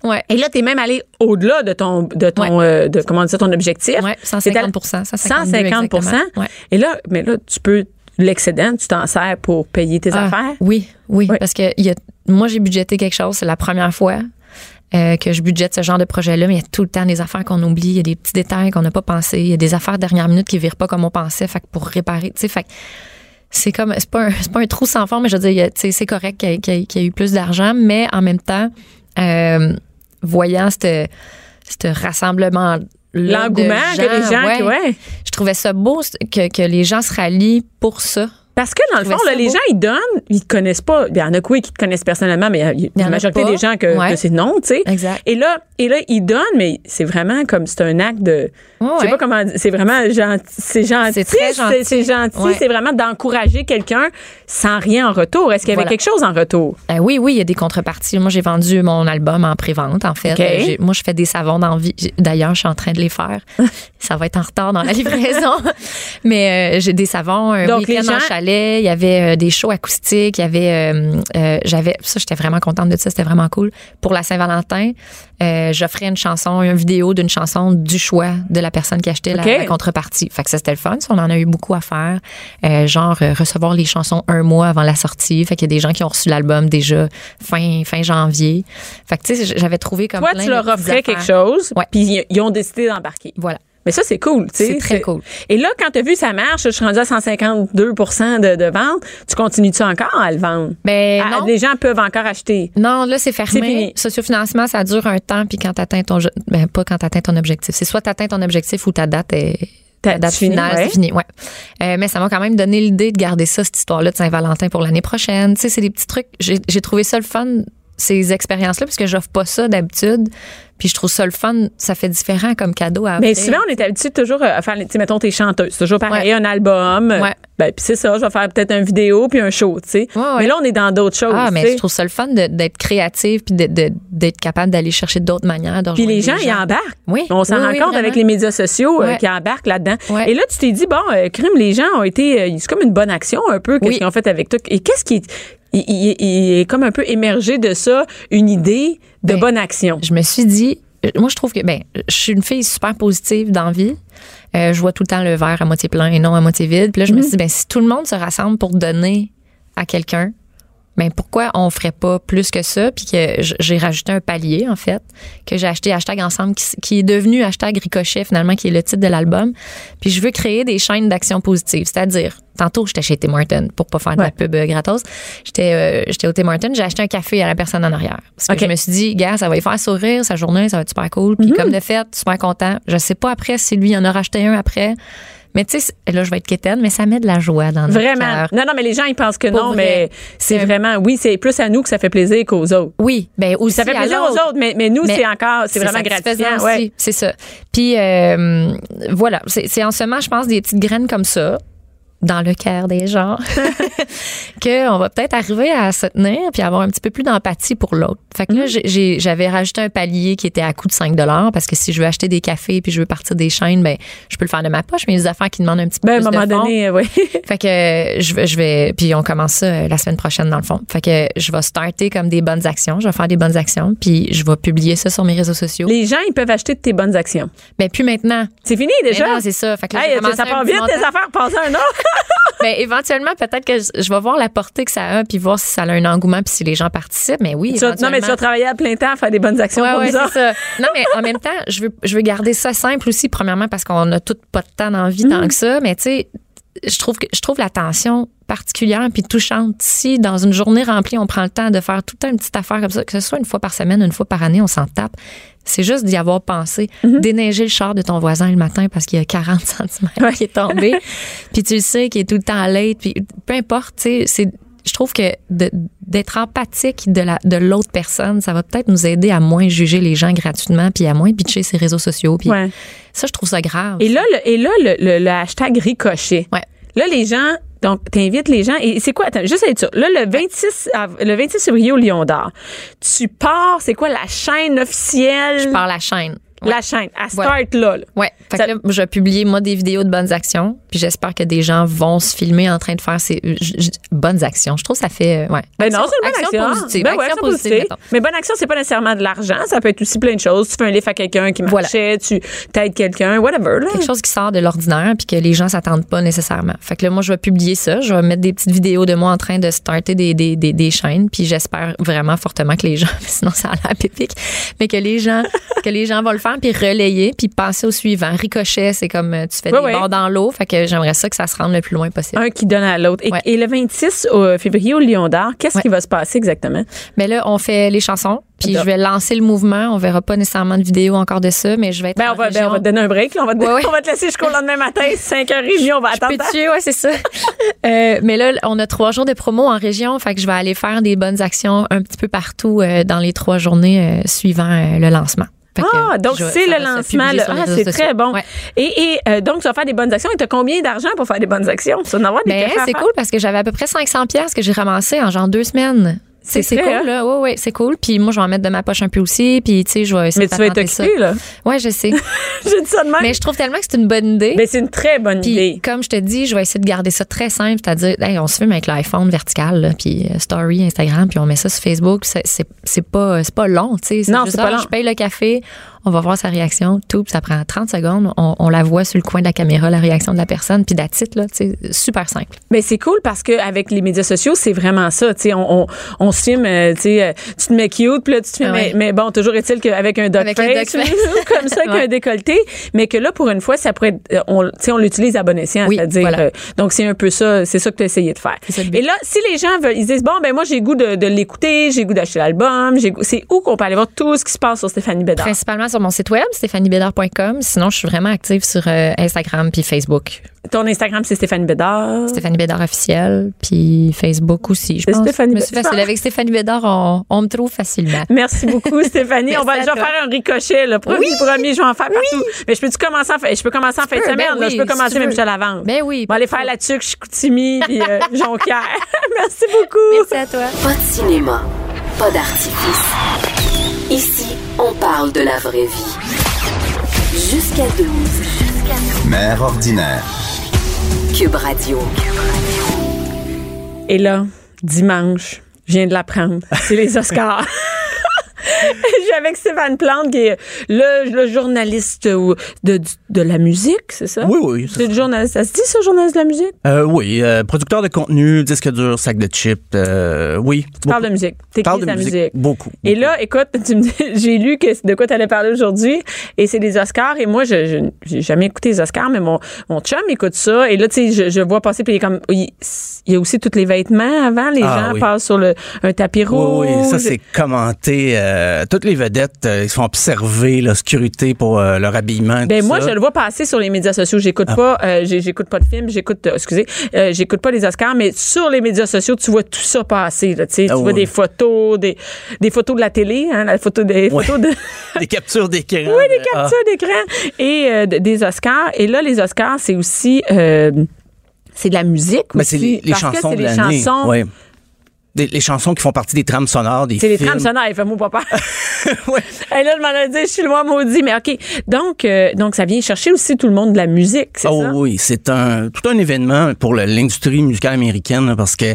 [SPEAKER 4] ouais.
[SPEAKER 3] Et là, t'es même allé au-delà de ton, de ton, euh, de, comment dire, ton objectif.
[SPEAKER 4] Ouais,
[SPEAKER 3] T'es allé-
[SPEAKER 4] 150 152
[SPEAKER 3] 150
[SPEAKER 4] exactement. Ouais.
[SPEAKER 3] Et là, mais là, tu peux, l'excédent, tu t'en sers pour payer tes
[SPEAKER 4] Ah,
[SPEAKER 3] affaires.
[SPEAKER 4] Oui, oui,
[SPEAKER 3] Oui.
[SPEAKER 4] parce que il y a, moi, j'ai budgété quelque chose. C'est la première fois euh, que je budgète ce genre de projet-là, mais il y a tout le temps des affaires qu'on oublie, il y a des petits détails qu'on n'a pas pensé, il y a des affaires dernière minute qui virent pas comme on pensait. Fait que pour réparer, tu sais, fait que c'est comme c'est pas un, c'est pas un trou sans fond, mais je veux dire, il y a- tu sais, c'est correct qu'il y, ait- qu'il y ait- qu'il y ait eu plus d'argent, mais en même temps, euh, voyant ce rassemblement
[SPEAKER 3] L'engouement que les gens, qui- ouais.
[SPEAKER 4] je trouvais ça beau c'est- que, que les gens se rallient pour ça.
[SPEAKER 3] Parce que dans le
[SPEAKER 4] trouvais
[SPEAKER 3] fond, là,
[SPEAKER 4] ça
[SPEAKER 3] les
[SPEAKER 4] beau.
[SPEAKER 3] gens, ils donnent, ils te connaissent pas. Il y en a que oui qui te connaissent personnellement, mais euh, il y a
[SPEAKER 4] Il y
[SPEAKER 3] la
[SPEAKER 4] en a
[SPEAKER 3] majorité
[SPEAKER 4] pas.
[SPEAKER 3] des gens que,
[SPEAKER 4] Ouais.
[SPEAKER 3] que c'est non, tu sais.
[SPEAKER 4] Exact.
[SPEAKER 3] Et là, et là, ils donnent, mais c'est vraiment comme c'est un acte de. Je sais
[SPEAKER 4] Ouais.
[SPEAKER 3] pas comment. dire, C'est vraiment gentil. C'est gentil.
[SPEAKER 4] C'est très
[SPEAKER 3] c'est- C'est
[SPEAKER 4] gentil.
[SPEAKER 3] gentil.
[SPEAKER 4] Ouais.
[SPEAKER 3] C'est vraiment d'encourager quelqu'un sans rien en retour. Est-ce qu'il y avait
[SPEAKER 4] Voilà.
[SPEAKER 3] quelque chose en retour?
[SPEAKER 4] Euh, oui, oui, il y a des contreparties. Moi, j'ai vendu mon album en pré-vente, en fait.
[SPEAKER 3] OK.
[SPEAKER 4] Euh, j'ai- moi, je fais des savons d'envie. J'ai- D'ailleurs, je suis en train de les faire. Ça va être en retard dans la livraison. Mais euh, j'ai des savons, un
[SPEAKER 3] Donc, les
[SPEAKER 4] week-end en
[SPEAKER 3] gens-
[SPEAKER 4] chalet. Il y avait euh, des shows acoustiques. Il y avait... euh, euh, J'avais... Ça, j'étais vraiment contente de ça. C'était vraiment cool. Pour la Saint-Valentin, euh, j'offrais une chanson, une vidéo d'une chanson du choix de la personne qui achetait la-
[SPEAKER 3] OK.
[SPEAKER 4] la, contrepartie. Fait que ça, c'était le fun. Ça, on en a eu beaucoup à faire. Euh, genre, euh, recevoir les chansons un mois avant la sortie. Fait qu'il y a des gens qui ont reçu l'album déjà fin, fin janvier. Fait que, tu sais, j'avais trouvé comme
[SPEAKER 3] Toi,
[SPEAKER 4] plein
[SPEAKER 3] tu
[SPEAKER 4] de
[SPEAKER 3] leur
[SPEAKER 4] petites
[SPEAKER 3] offrais quelque
[SPEAKER 4] affaires.
[SPEAKER 3] chose,
[SPEAKER 4] Ouais.
[SPEAKER 3] puis ils- ils ont décidé d'embarquer.
[SPEAKER 4] Voilà.
[SPEAKER 3] Mais ça, c'est cool, tu sais.
[SPEAKER 4] C'est très cool.
[SPEAKER 3] Et là, quand tu as vu ça marche, je suis rendue à 152 de, de vente, tu continues-tu encore à le vendre?
[SPEAKER 4] Ben,
[SPEAKER 3] Ah,
[SPEAKER 4] non.
[SPEAKER 3] Les gens peuvent encore acheter.
[SPEAKER 4] Non, là, c'est
[SPEAKER 3] C'est fini.
[SPEAKER 4] fermé. Sociofinancement, ça dure un temps, puis quand t'atteins ton... je- Ben, pas quand t'atteins ton objectif. C'est soit t'atteins ton objectif ou ta date est...
[SPEAKER 3] Ta-
[SPEAKER 4] Ta date
[SPEAKER 3] tu finis,
[SPEAKER 4] finale,
[SPEAKER 3] ouais.
[SPEAKER 4] c'est fini, ouais. Euh, mais ça m'a quand même donné l'idée de garder ça, cette histoire-là de Saint-Valentin pour l'année prochaine. Tu sais, c'est des petits trucs. J'ai j'ai trouvé ça le fun, ces expériences-là, parce que j'offre pas ça d'habitude. Puis je trouve ça le fun. Ça fait différent comme cadeau à
[SPEAKER 3] Mais
[SPEAKER 4] offrir.
[SPEAKER 3] souvent, on est habitué toujours euh, à faire, tu sais, mettons, t'es chanteuse. C'est toujours pareil,
[SPEAKER 4] ben.
[SPEAKER 3] un
[SPEAKER 4] Ouais.
[SPEAKER 3] album.
[SPEAKER 4] Ouais.
[SPEAKER 3] Ben, puis c'est ça, je vais faire peut-être une vidéo puis un show, tu sais.
[SPEAKER 4] Ouais, ouais.
[SPEAKER 3] Mais là, on est dans d'autres choses.
[SPEAKER 4] Ah,
[SPEAKER 3] tu
[SPEAKER 4] mais
[SPEAKER 3] sais.
[SPEAKER 4] je trouve ça le fun de- d'être créative puis de- de- d'être capable d'aller chercher d'autres manières. de
[SPEAKER 3] Puis les gens,
[SPEAKER 4] rejoindre des
[SPEAKER 3] ils embarquent.
[SPEAKER 4] Oui,
[SPEAKER 3] On s'en
[SPEAKER 4] oui,
[SPEAKER 3] rend
[SPEAKER 4] oui,
[SPEAKER 3] compte
[SPEAKER 4] vraiment.
[SPEAKER 3] avec les médias sociaux euh,
[SPEAKER 4] Ouais.
[SPEAKER 3] qui embarquent là-dedans.
[SPEAKER 4] Ouais.
[SPEAKER 3] Et là, tu t'es dit, bon, euh, crime, les gens ont été. euh, c'est comme une bonne action, un peu, qu'est-ce
[SPEAKER 4] Oui.
[SPEAKER 3] qu'ils ont fait avec toi. Et qu'est-ce qui. Il, il- il est comme un peu émergé de ça, une idée de
[SPEAKER 4] Ben,
[SPEAKER 3] bonne action.
[SPEAKER 4] je me suis dit, euh, moi, je trouve que, ben, je suis une fille super positive dans la vie. Euh, je vois tout le temps le verre à moitié plein et non à moitié vide. Puis là, je me suis dit, ben, si tout le monde se rassemble pour donner à quelqu'un, ben, pourquoi on ferait pas plus que ça? Puis que j- j'ai rajouté un palier, en fait, que j'ai acheté hashtag ensemble, qui, s- qui est devenu hashtag ricochet, finalement, qui est le titre de l'album. Puis je veux créer des chaînes d'action positive. C'est-à-dire, tantôt, j'étais chez Tim Hortons pour pas faire de la pub euh, gratos. J'étais, euh, j'étais au Tim Hortons, j'ai acheté un café à la personne en arrière. Parce que
[SPEAKER 3] OK. Mhm.
[SPEAKER 4] je me suis dit, gars, ça va lui faire sourire, sa journée, ça va être super cool. Puis comme de fait, super content. Je sais pas après si lui en a racheté un après. Mais tu sais, là, je vais être quétaine, mais ça met de la joie dans notre
[SPEAKER 3] Vraiment.
[SPEAKER 4] cœur.
[SPEAKER 3] Non, non, mais les gens, ils pensent que
[SPEAKER 4] Pour
[SPEAKER 3] non, mais
[SPEAKER 4] vrai.
[SPEAKER 3] c'est
[SPEAKER 4] C'est-
[SPEAKER 3] vraiment, oui, c'est plus à nous que ça fait plaisir qu'aux autres.
[SPEAKER 4] Oui, ben aussi
[SPEAKER 3] Ça fait
[SPEAKER 4] à
[SPEAKER 3] plaisir aux
[SPEAKER 4] l'autre.
[SPEAKER 3] autres, mais, mais nous,
[SPEAKER 4] Mais
[SPEAKER 3] c'est encore, c'est vraiment
[SPEAKER 4] satisfaisant
[SPEAKER 3] gratifiant.
[SPEAKER 4] aussi,
[SPEAKER 3] Ouais.
[SPEAKER 4] C'est ça. Puis euh, voilà, c'est c'est en semant, je pense, des petites graines comme ça dans le cœur des gens, qu'on va peut-être arriver à se tenir puis avoir un petit peu plus d'empathie pour l'autre. Fait que là,
[SPEAKER 3] Mm.
[SPEAKER 4] j'ai- j'ai- j'avais rajouté un palier qui était à coût de 5 parce que si je veux acheter des cafés puis je veux partir des chaînes, ben je peux le faire de ma poche, mais les affaires qui demandent un petit peu
[SPEAKER 3] Ben, à un
[SPEAKER 4] plus
[SPEAKER 3] moment
[SPEAKER 4] de fonds,
[SPEAKER 3] donné, euh, oui.
[SPEAKER 4] fait que euh, je vais, je vais puis on commence ça euh, la semaine prochaine dans le fond. Fait que euh, je vais starter comme des bonnes actions, je vais faire des bonnes actions, puis je vais publier ça sur mes réseaux sociaux.
[SPEAKER 3] les gens, ils peuvent acheter de tes bonnes actions.
[SPEAKER 4] Mais puis Ben, maintenant,
[SPEAKER 3] C'est fini,
[SPEAKER 4] Mais
[SPEAKER 3] déjà?
[SPEAKER 4] non, c'est ça. Fait que là, j'ai
[SPEAKER 3] Hey,
[SPEAKER 4] commencé
[SPEAKER 3] ça
[SPEAKER 4] un
[SPEAKER 3] part
[SPEAKER 4] petit
[SPEAKER 3] vite, tes
[SPEAKER 4] montant.
[SPEAKER 3] affaires, passer un autre.
[SPEAKER 4] Mais éventuellement peut-être que je, je vais voir la portée que ça a, puis voir si ça a un engouement, puis si les gens participent. Mais oui,
[SPEAKER 3] Tu vas- non, mais tu vas
[SPEAKER 4] éventuellement.
[SPEAKER 3] travailler à plein temps à faire des bonnes actions
[SPEAKER 4] Ouais,
[SPEAKER 3] pour
[SPEAKER 4] ouais,
[SPEAKER 3] nous autres.
[SPEAKER 4] c'est ça. Non, mais en même temps, je veux, je veux garder ça simple aussi, premièrement, parce qu'on a tout pas de temps dans la vie
[SPEAKER 3] Mm.
[SPEAKER 4] tant que ça. Mais tu sais, je trouve, que, je trouve la tension particulière puis touchante. Si dans une journée remplie, on prend le temps de faire tout un petite affaire comme ça, que ce soit une fois par semaine, une fois par année, on s'en tape. C'est juste d'y avoir pensé.
[SPEAKER 3] Mhm.
[SPEAKER 4] Déneiger le char de ton voisin le matin parce qu'il y a 40 cm qui est tombé. puis tu le sais qu'il est tout le temps late. Puis peu importe, tu sais, c'est je trouve que de- d'être empathique de la de l'autre personne, ça va peut-être nous aider à moins juger les gens gratuitement, puis à moins bitcher ses réseaux sociaux. Puis
[SPEAKER 3] Ouais.
[SPEAKER 4] ça, je trouve ça grave.
[SPEAKER 3] Et là, le, et là, le, le- le hashtag ricochet.
[SPEAKER 4] Ouais.
[SPEAKER 3] Là, les gens, donc, t'invites les gens. Et c'est quoi? Attends, juste être sûr. Là, le 26, av- le 26 février au Lion d'Or, tu pars, c'est quoi la chaîne officielle?
[SPEAKER 4] par la chaîne. Ouais.
[SPEAKER 3] La chaîne. À
[SPEAKER 4] Voilà.
[SPEAKER 3] start là. là.
[SPEAKER 4] Ouais. Fait
[SPEAKER 3] Ça-
[SPEAKER 4] que là, je vais publier, moi, des vidéos de bonnes actions. Puis j'espère que des gens vont se filmer en train de faire ces j- j- bonnes actions. Je trouve que ça fait. euh, Ouais.
[SPEAKER 3] Ben non,
[SPEAKER 4] Action-
[SPEAKER 3] c'est une bonne action.
[SPEAKER 4] action positive.
[SPEAKER 3] Ben ouais,
[SPEAKER 4] action
[SPEAKER 3] action
[SPEAKER 4] positive,
[SPEAKER 3] positive.
[SPEAKER 4] mettons.
[SPEAKER 3] Mais bonne action, c'est pas nécessairement de l'argent. Ça peut être aussi plein de choses. Tu fais un livre à quelqu'un qui
[SPEAKER 4] Voilà.
[SPEAKER 3] marchait, tu t'aides quelqu'un, whatever. Là.
[SPEAKER 4] Quelque chose qui sort de l'ordinaire puis que les gens s'attendent pas nécessairement. Fait que là, moi, je vais publier ça. Je vais mettre des petites vidéos de moi en train de starter des, des, des, des chaînes. Puis j'espère vraiment fortement que les gens, sinon ça a l'air pépique, mais que les gens, que les gens vont le faire puis relayer puis passer au suivant. Ricochet, c'est comme euh, tu fais
[SPEAKER 3] Ouais,
[SPEAKER 4] des
[SPEAKER 3] ouais.
[SPEAKER 4] bords dans l'eau. Fait que j'aimerais ça que ça se rende le plus loin possible.
[SPEAKER 3] Un qui donne à l'autre. Et,
[SPEAKER 4] Ouais.
[SPEAKER 3] et le 26 au- euh, février au Lion d'Or, qu'est-ce
[SPEAKER 4] Ouais.
[SPEAKER 3] qui va se passer exactement?
[SPEAKER 4] Mais là, on fait les chansons. Puis
[SPEAKER 3] Attends.
[SPEAKER 4] je vais lancer le mouvement. On verra pas nécessairement de vidéo encore de ça, mais je vais être
[SPEAKER 3] Ben,
[SPEAKER 4] en
[SPEAKER 3] on va, ben,
[SPEAKER 4] région.
[SPEAKER 3] on va te donner un break. là. On, va te,
[SPEAKER 4] Ouais, ouais.
[SPEAKER 3] on va te laisser jusqu'au lendemain matin, 5h30. On va
[SPEAKER 4] Je
[SPEAKER 3] attendre.
[SPEAKER 4] peux tuer, ouais, c'est ça. Euh, mais là, on a trois jours de promo en région, fait que je vais aller faire des bonnes actions un petit peu partout euh, dans les trois journées euh, suivant euh, le lancement. Fait que,
[SPEAKER 3] Ah,
[SPEAKER 4] euh,
[SPEAKER 3] donc
[SPEAKER 4] je vais-
[SPEAKER 3] c'est
[SPEAKER 4] ça
[SPEAKER 3] le
[SPEAKER 4] va se
[SPEAKER 3] lancement.
[SPEAKER 4] publier
[SPEAKER 3] là.
[SPEAKER 4] sur les
[SPEAKER 3] Ah,
[SPEAKER 4] réseaux
[SPEAKER 3] c'est
[SPEAKER 4] sociaux.
[SPEAKER 3] très bon.
[SPEAKER 4] Ouais.
[SPEAKER 3] Et, et, euh, donc, tu vas faire des bonnes actions. Et tu as combien d'argent pour faire des bonnes actions? Tu vas en avoir des
[SPEAKER 4] Ben,
[SPEAKER 3] cachets à
[SPEAKER 4] c'est
[SPEAKER 3] faire.
[SPEAKER 4] cool parce que j'avais à peu près 500 pièces que j'ai ramassé en genre deux semaines.
[SPEAKER 3] C'est
[SPEAKER 4] C'est c'est
[SPEAKER 3] vrai,
[SPEAKER 4] cool,
[SPEAKER 3] hein?
[SPEAKER 4] là. Oui, oui, c'est cool. Puis moi, je vais en mettre de ma poche un peu aussi. Puis, tu sais, je vais essayer
[SPEAKER 3] Mais
[SPEAKER 4] de
[SPEAKER 3] tu vas être
[SPEAKER 4] patenter ça.
[SPEAKER 3] occupé, là.
[SPEAKER 4] Ouais, je sais.
[SPEAKER 3] J'ai dit ça de même.
[SPEAKER 4] mais je trouve tellement que c'est une bonne idée.
[SPEAKER 3] Ben, c'est une très bonne
[SPEAKER 4] Puis,
[SPEAKER 3] idée.
[SPEAKER 4] comme je te dis, je vais essayer de garder ça très simple, c'est-à-dire, hey, on se filme avec l'iPhone vertical, là, puis euh, Story, Instagram, puis on met ça sur Facebook. C'est- C'est c'est pas, c'est pas long, tu sais.
[SPEAKER 3] Non,
[SPEAKER 4] juste,
[SPEAKER 3] c'est pas
[SPEAKER 4] ah,
[SPEAKER 3] long.
[SPEAKER 4] Je paye le café, on va voir sa réaction, tout, puis ça prend 30 secondes. On, on la voit sur le coin de la caméra, la réaction de la personne, puis d'attitude, là, tu sais, super simple.
[SPEAKER 3] Mais ben, c'est cool parce que avec les médias sociaux, c'est vraiment ça. Tu sais, on, on, on se filme, euh, tu sais, euh, tu te mets cute, puis là, tu te filmes,
[SPEAKER 4] Ah ouais.
[SPEAKER 3] mais, mais bon, toujours est-il qu'avec un duck
[SPEAKER 4] Avec un
[SPEAKER 3] face,
[SPEAKER 4] duck face.
[SPEAKER 3] ou comme ça, qu'un
[SPEAKER 4] Ouais.
[SPEAKER 3] décolleté, mais que là, pour une fois, ça pourrait être, euh, on, tu sais, on l'utilise à bon escient,
[SPEAKER 4] Oui,
[SPEAKER 3] c'est-à-dire,
[SPEAKER 4] voilà.
[SPEAKER 3] euh, donc c'est un peu ça, c'est ça que tu as essayé de faire.
[SPEAKER 4] C'est ça le but.
[SPEAKER 3] Et là, si les gens veulent, ils disent, bon, ben moi, j'ai le goût de, de l'écouter, j'ai le goût d'acheter l'album, j'ai le goût- c'est où qu'on peut aller voir tout ce qui se passe sur Stéphanie Bédard?
[SPEAKER 4] Principalement sur mon site web, stéphaniebédard.com. Sinon, je suis vraiment active sur euh, Instagram puis Facebook.
[SPEAKER 3] Ton Instagram, c'est Stéphanie Bédard.
[SPEAKER 4] Stéphanie Bédard officielle, puis Facebook aussi, je
[SPEAKER 3] C'est
[SPEAKER 4] pense.
[SPEAKER 3] Stéphanie
[SPEAKER 4] Mais c'est
[SPEAKER 3] Bédard.
[SPEAKER 4] facile. Avec Stéphanie Bédard, on, on me trouve facilement.
[SPEAKER 3] Merci beaucoup, Stéphanie. on va,
[SPEAKER 4] Merci
[SPEAKER 3] je
[SPEAKER 4] à
[SPEAKER 3] vais
[SPEAKER 4] toi.
[SPEAKER 3] faire un ricochet, là. Promis, promis, je vais en faire partout. Mais je peux-tu commencer en, fin- je peux commencer en fin de
[SPEAKER 4] peux,
[SPEAKER 3] semaine,
[SPEAKER 4] ben
[SPEAKER 3] là.
[SPEAKER 4] oui,
[SPEAKER 3] Je peux
[SPEAKER 4] si
[SPEAKER 3] commencer
[SPEAKER 4] tu
[SPEAKER 3] même
[SPEAKER 4] veux.
[SPEAKER 3] chez la vente.
[SPEAKER 4] Ben oui,
[SPEAKER 3] On va aller faire la tuque, Chicoutimi, puis euh, Jonquière. Merci beaucoup.
[SPEAKER 4] Merci à toi.
[SPEAKER 1] Pas de cinéma, pas d'artifice. Ici, on parle de la vraie vie. Jusqu'à 12.
[SPEAKER 2] Mère ordinaire.
[SPEAKER 1] Cube Radio.
[SPEAKER 3] Et là, dimanche, je viens de l'apprendre. C'est les Oscars. Je suis avec Stéphane Plante, qui est le, le journaliste ou de, de la musique, c'est ça?
[SPEAKER 5] Oui, oui. c'est
[SPEAKER 3] C'est le journaliste. Ça se Hein? dit, ça, journaliste de la musique?
[SPEAKER 5] ça. Euh, oui, euh, producteur de contenu, disque dur, sac de chips. euh, oui.
[SPEAKER 3] Tu parles de musique. T'écris
[SPEAKER 5] Parle de
[SPEAKER 3] ta
[SPEAKER 5] musique.
[SPEAKER 3] musique.
[SPEAKER 5] Beaucoup,
[SPEAKER 3] Et
[SPEAKER 5] beaucoup.
[SPEAKER 3] là, écoute, tu me dis- j'ai lu que c'est de quoi tu allais parler aujourd'hui et c'est les Oscars. Et moi, je je- j'ai jamais écouté les Oscars, mais mon, mon chum écoute ça. Et là, tu sais, je, je vois passer, puis il est comme. Il, il y a aussi tous les vêtements avant. Les
[SPEAKER 5] Ah
[SPEAKER 3] gens
[SPEAKER 5] oui.
[SPEAKER 3] passent sur le, un tapis
[SPEAKER 5] Oui,
[SPEAKER 3] rouge.
[SPEAKER 5] oui, ça c'est commenté. euh, tous les vedettes, euh, ils se font observer la sécurité pour euh, leur habillement.
[SPEAKER 3] Ben
[SPEAKER 5] tout
[SPEAKER 3] moi,
[SPEAKER 5] ça. Ah.
[SPEAKER 3] je le vois passer sur les médias sociaux. J'écoute pas, euh, j'ai- j'écoute pas de films, j'écoute, euh, excusez, euh, j'écoute pas les Oscars, mais sur les médias sociaux, tu vois tout ça passer. Là, tu sais. tu
[SPEAKER 5] Ah
[SPEAKER 3] vois
[SPEAKER 5] ouais.
[SPEAKER 3] des photos, des, des photos de la télé, hein, la photo des
[SPEAKER 5] Ouais.
[SPEAKER 3] photos de.
[SPEAKER 5] Des captures d'écran.
[SPEAKER 3] Oui, des
[SPEAKER 5] de- ah.
[SPEAKER 3] captures d'écran et euh, de- des Oscars. Et là, les Oscars, c'est aussi. euh, c'est de la musique
[SPEAKER 5] Mais
[SPEAKER 3] aussi.
[SPEAKER 5] Ben, c'est les, les
[SPEAKER 3] parce que
[SPEAKER 5] chansons
[SPEAKER 3] c'est
[SPEAKER 5] de
[SPEAKER 3] les
[SPEAKER 5] l'année.
[SPEAKER 3] chansons.
[SPEAKER 5] Ouais. Des- les chansons qui font partie des trames sonores des
[SPEAKER 3] C'est les
[SPEAKER 5] films.
[SPEAKER 3] trames sonores, il fait mot papa.
[SPEAKER 5] Ouais.
[SPEAKER 3] Et là, je m'en ai dit, je suis le moins maudit, mais OK. Donc, euh, donc, ça vient chercher aussi tout le monde de la musique, c'est
[SPEAKER 5] Oh
[SPEAKER 3] ça?
[SPEAKER 5] oui, c'est un tout un événement pour le- l'industrie musicale américaine là, parce que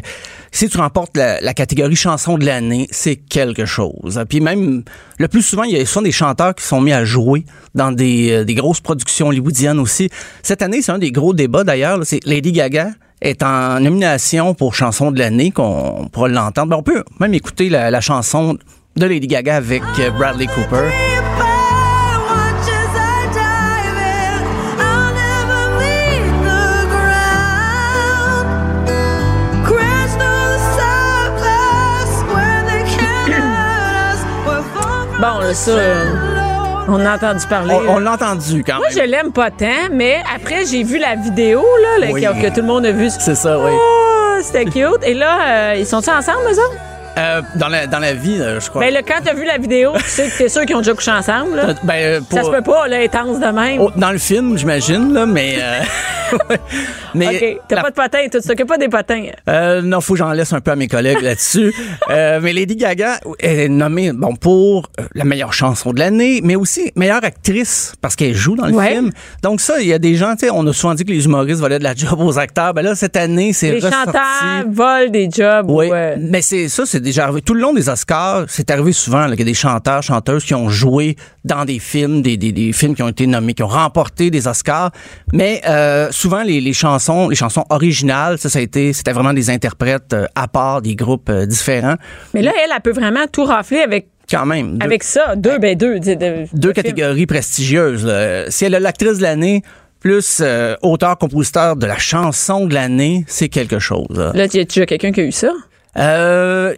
[SPEAKER 5] si tu remportes la, la catégorie chanson de l'année, c'est quelque chose. Puis même le plus souvent, il y a souvent des chanteurs qui sont mis à jouer dans des, euh, des grosses productions hollywoodiennes aussi. Cette année, c'est un des gros débats d'ailleurs. là, C'est Lady Gaga est en nomination pour chanson de l'année qu'on pourra l'entendre. Ben, on peut même écouter la, la chanson de Lady Gaga avec euh, Bradley Cooper.
[SPEAKER 3] Bon, là, ça, euh, on a entendu parler. euh.
[SPEAKER 5] On, on l'a entendu quand
[SPEAKER 3] Moi,
[SPEAKER 5] même.
[SPEAKER 3] je l'aime pas tant, mais après, j'ai vu la vidéo là, là,
[SPEAKER 5] Oui.
[SPEAKER 3] que, que tout le monde a vue.
[SPEAKER 5] C'est ça, oui.
[SPEAKER 3] Oh, c'était cute. Et là, euh, ils sont-ils ensemble, eux autres?
[SPEAKER 5] Euh, dans, la, dans la vie, euh, je crois.
[SPEAKER 3] Ben, là, quand t'as vu la vidéo, tu sais que t'es sûr qu'ils ont déjà couché ensemble. Là.
[SPEAKER 5] Euh, ben, euh, pour-
[SPEAKER 3] Ça se peut pas, là, intense de même.
[SPEAKER 5] Oh, dans le film, j'imagine, là, mais. euh, ouais. mais
[SPEAKER 3] OK, t'as
[SPEAKER 5] la-
[SPEAKER 3] pas de potins, tu t'occupes pas des potins.
[SPEAKER 5] euh, non, faut que j'en laisse un peu à mes collègues là-dessus. Euh, mais Lady Gaga est nommée bon pour euh, la meilleure chanson de l'année, mais aussi meilleure actrice parce qu'elle joue dans le
[SPEAKER 3] Ouais.
[SPEAKER 5] film. Donc ça, il y a des gens, tu sais, on a souvent dit que les humoristes volaient de la job aux acteurs. Ben là, cette année, c'est
[SPEAKER 3] Les
[SPEAKER 5] ressorti.
[SPEAKER 3] chanteurs volent des jobs.
[SPEAKER 5] Oui,
[SPEAKER 3] ou, euh,
[SPEAKER 5] mais c'est ça, c'est déjà arrivé. Tout le long des Oscars, c'est arrivé souvent là, qu'il y a des chanteurs, chanteuses qui ont joué dans des films, des, des, des films qui ont été nommés, qui ont remporté des Oscars. Mais euh, souvent, les, les chansons, les chansons originales, ça, ça a été, c'était vraiment des interprètes euh, à part, des groupes euh, différents.
[SPEAKER 3] Mais là, elle, elle peut vraiment tout rafler avec,
[SPEAKER 5] Quand même. deux-
[SPEAKER 3] avec ça. Deux, ben deux. dis- de-
[SPEAKER 5] deux
[SPEAKER 3] de films.
[SPEAKER 5] catégories prestigieuses. là. Si elle est l'actrice de l'année, plus euh, auteur-compositeur de la chanson de l'année, c'est quelque chose. là.
[SPEAKER 3] Là, tu tu as quelqu'un qui a eu ça.
[SPEAKER 5] Euh,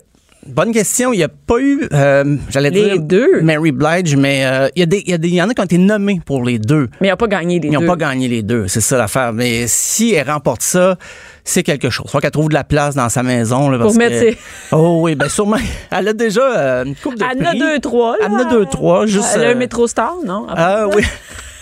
[SPEAKER 5] bonne question. Il n'y a pas eu, euh, j'allais
[SPEAKER 3] Les
[SPEAKER 5] dire,
[SPEAKER 3] deux.
[SPEAKER 5] Mary Blige, mais euh, il y, a des- il y, a des- il y en a qui ont été nommés pour les deux.
[SPEAKER 3] Mais il n'a pas gagné les
[SPEAKER 5] Ils n'ont
[SPEAKER 3] deux.
[SPEAKER 5] pas gagné les deux, c'est ça l'affaire. Mais si elle remporte ça, c'est quelque chose. Faut qu'elle trouve de la place dans sa maison. là, parce
[SPEAKER 3] Pour mettre
[SPEAKER 5] que-
[SPEAKER 3] ses-
[SPEAKER 5] Oh oui, bien sûrement. Elle a déjà euh, une coupe de
[SPEAKER 3] Elle en a
[SPEAKER 5] prix.
[SPEAKER 3] deux, trois. là.
[SPEAKER 5] Elle en a deux, trois. Juste,
[SPEAKER 3] Ah, Elle a
[SPEAKER 5] euh,
[SPEAKER 3] un métro star, non?
[SPEAKER 5] Ah oui,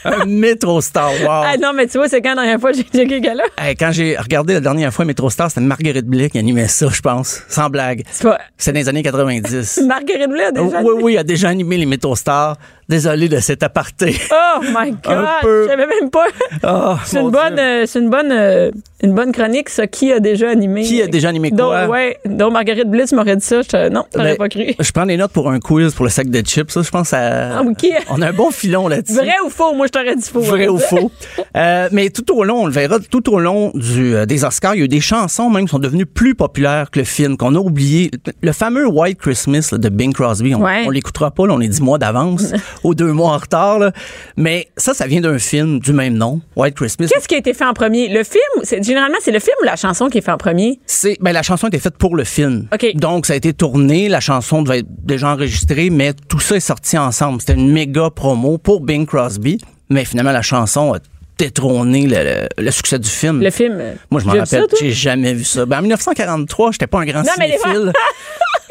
[SPEAKER 5] un métro star, wow.
[SPEAKER 3] Ah non, mais tu vois, c'est quand la dernière fois j'ai checké que là.
[SPEAKER 5] Hey, quand j'ai regardé la dernière fois Métro Star, c'était Marguerite Blais qui animait ça, je pense. Sans blague.
[SPEAKER 3] C'est pas.
[SPEAKER 5] C'est dans les années 90.
[SPEAKER 3] Marguerite Blais a déjà.
[SPEAKER 5] Oui, oui, il a déjà animé les Métaux Stars. Désolé de cet aparté.
[SPEAKER 3] Oh my God!
[SPEAKER 5] peu.
[SPEAKER 3] Je savais même pas.
[SPEAKER 5] Ah,
[SPEAKER 3] C'est
[SPEAKER 5] mon
[SPEAKER 3] une,
[SPEAKER 5] Dieu.
[SPEAKER 3] bonne, euh, c'est une bonne, euh, une bonne chronique, ça. Qui a déjà animé?
[SPEAKER 5] Qui a déjà animé
[SPEAKER 3] Donc,
[SPEAKER 5] quoi?
[SPEAKER 3] ouais. Donc, Marguerite Blais, tu m'aurais dit ça. Je, te- non, t'aurais
[SPEAKER 5] Ben,
[SPEAKER 3] pas cru.
[SPEAKER 5] Je prends des notes pour un quiz pour le sac de chips. Ça, je pense à...
[SPEAKER 3] Ah, ok.
[SPEAKER 5] On a un bon filon là-dessus.
[SPEAKER 3] Vrai ou faux? Moi, je t'aurais dit faux.
[SPEAKER 5] Vrai ou faux. Euh, mais tout au long, on le verra, tout au long du, euh, des Oscars, il y a eu des chansons même qui sont devenues plus populaires que le film, qu'on a oublié. Le fameux White Christmas là, de Bing Crosby, on,
[SPEAKER 3] Ouais.
[SPEAKER 5] on l'écoutera pas, là, on est dix mois d'avance ou deux mois en retard. là. Mais ça, ça vient d'un film du même nom, White Christmas.
[SPEAKER 3] Qu'est-ce qui a été fait en premier? Le film? C'est- Généralement, c'est le film ou la chanson qui est fait en premier?
[SPEAKER 5] C'est ben, la chanson était faite pour le film.
[SPEAKER 3] OK.
[SPEAKER 5] Donc ça a été tourné, la chanson devait être déjà enregistrée, mais tout ça est sorti ensemble. C'était une méga promo pour Bing Crosby, mais finalement la chanson a détrôné le, le- le succès du film.
[SPEAKER 3] Le film. euh,
[SPEAKER 5] Moi je m'en
[SPEAKER 3] j'ai vu ça,
[SPEAKER 5] rappelle,
[SPEAKER 3] toi?
[SPEAKER 5] j'ai jamais vu ça. Ben, en 1943, j'étais pas un grand
[SPEAKER 3] Non, mais les
[SPEAKER 5] cinéphile.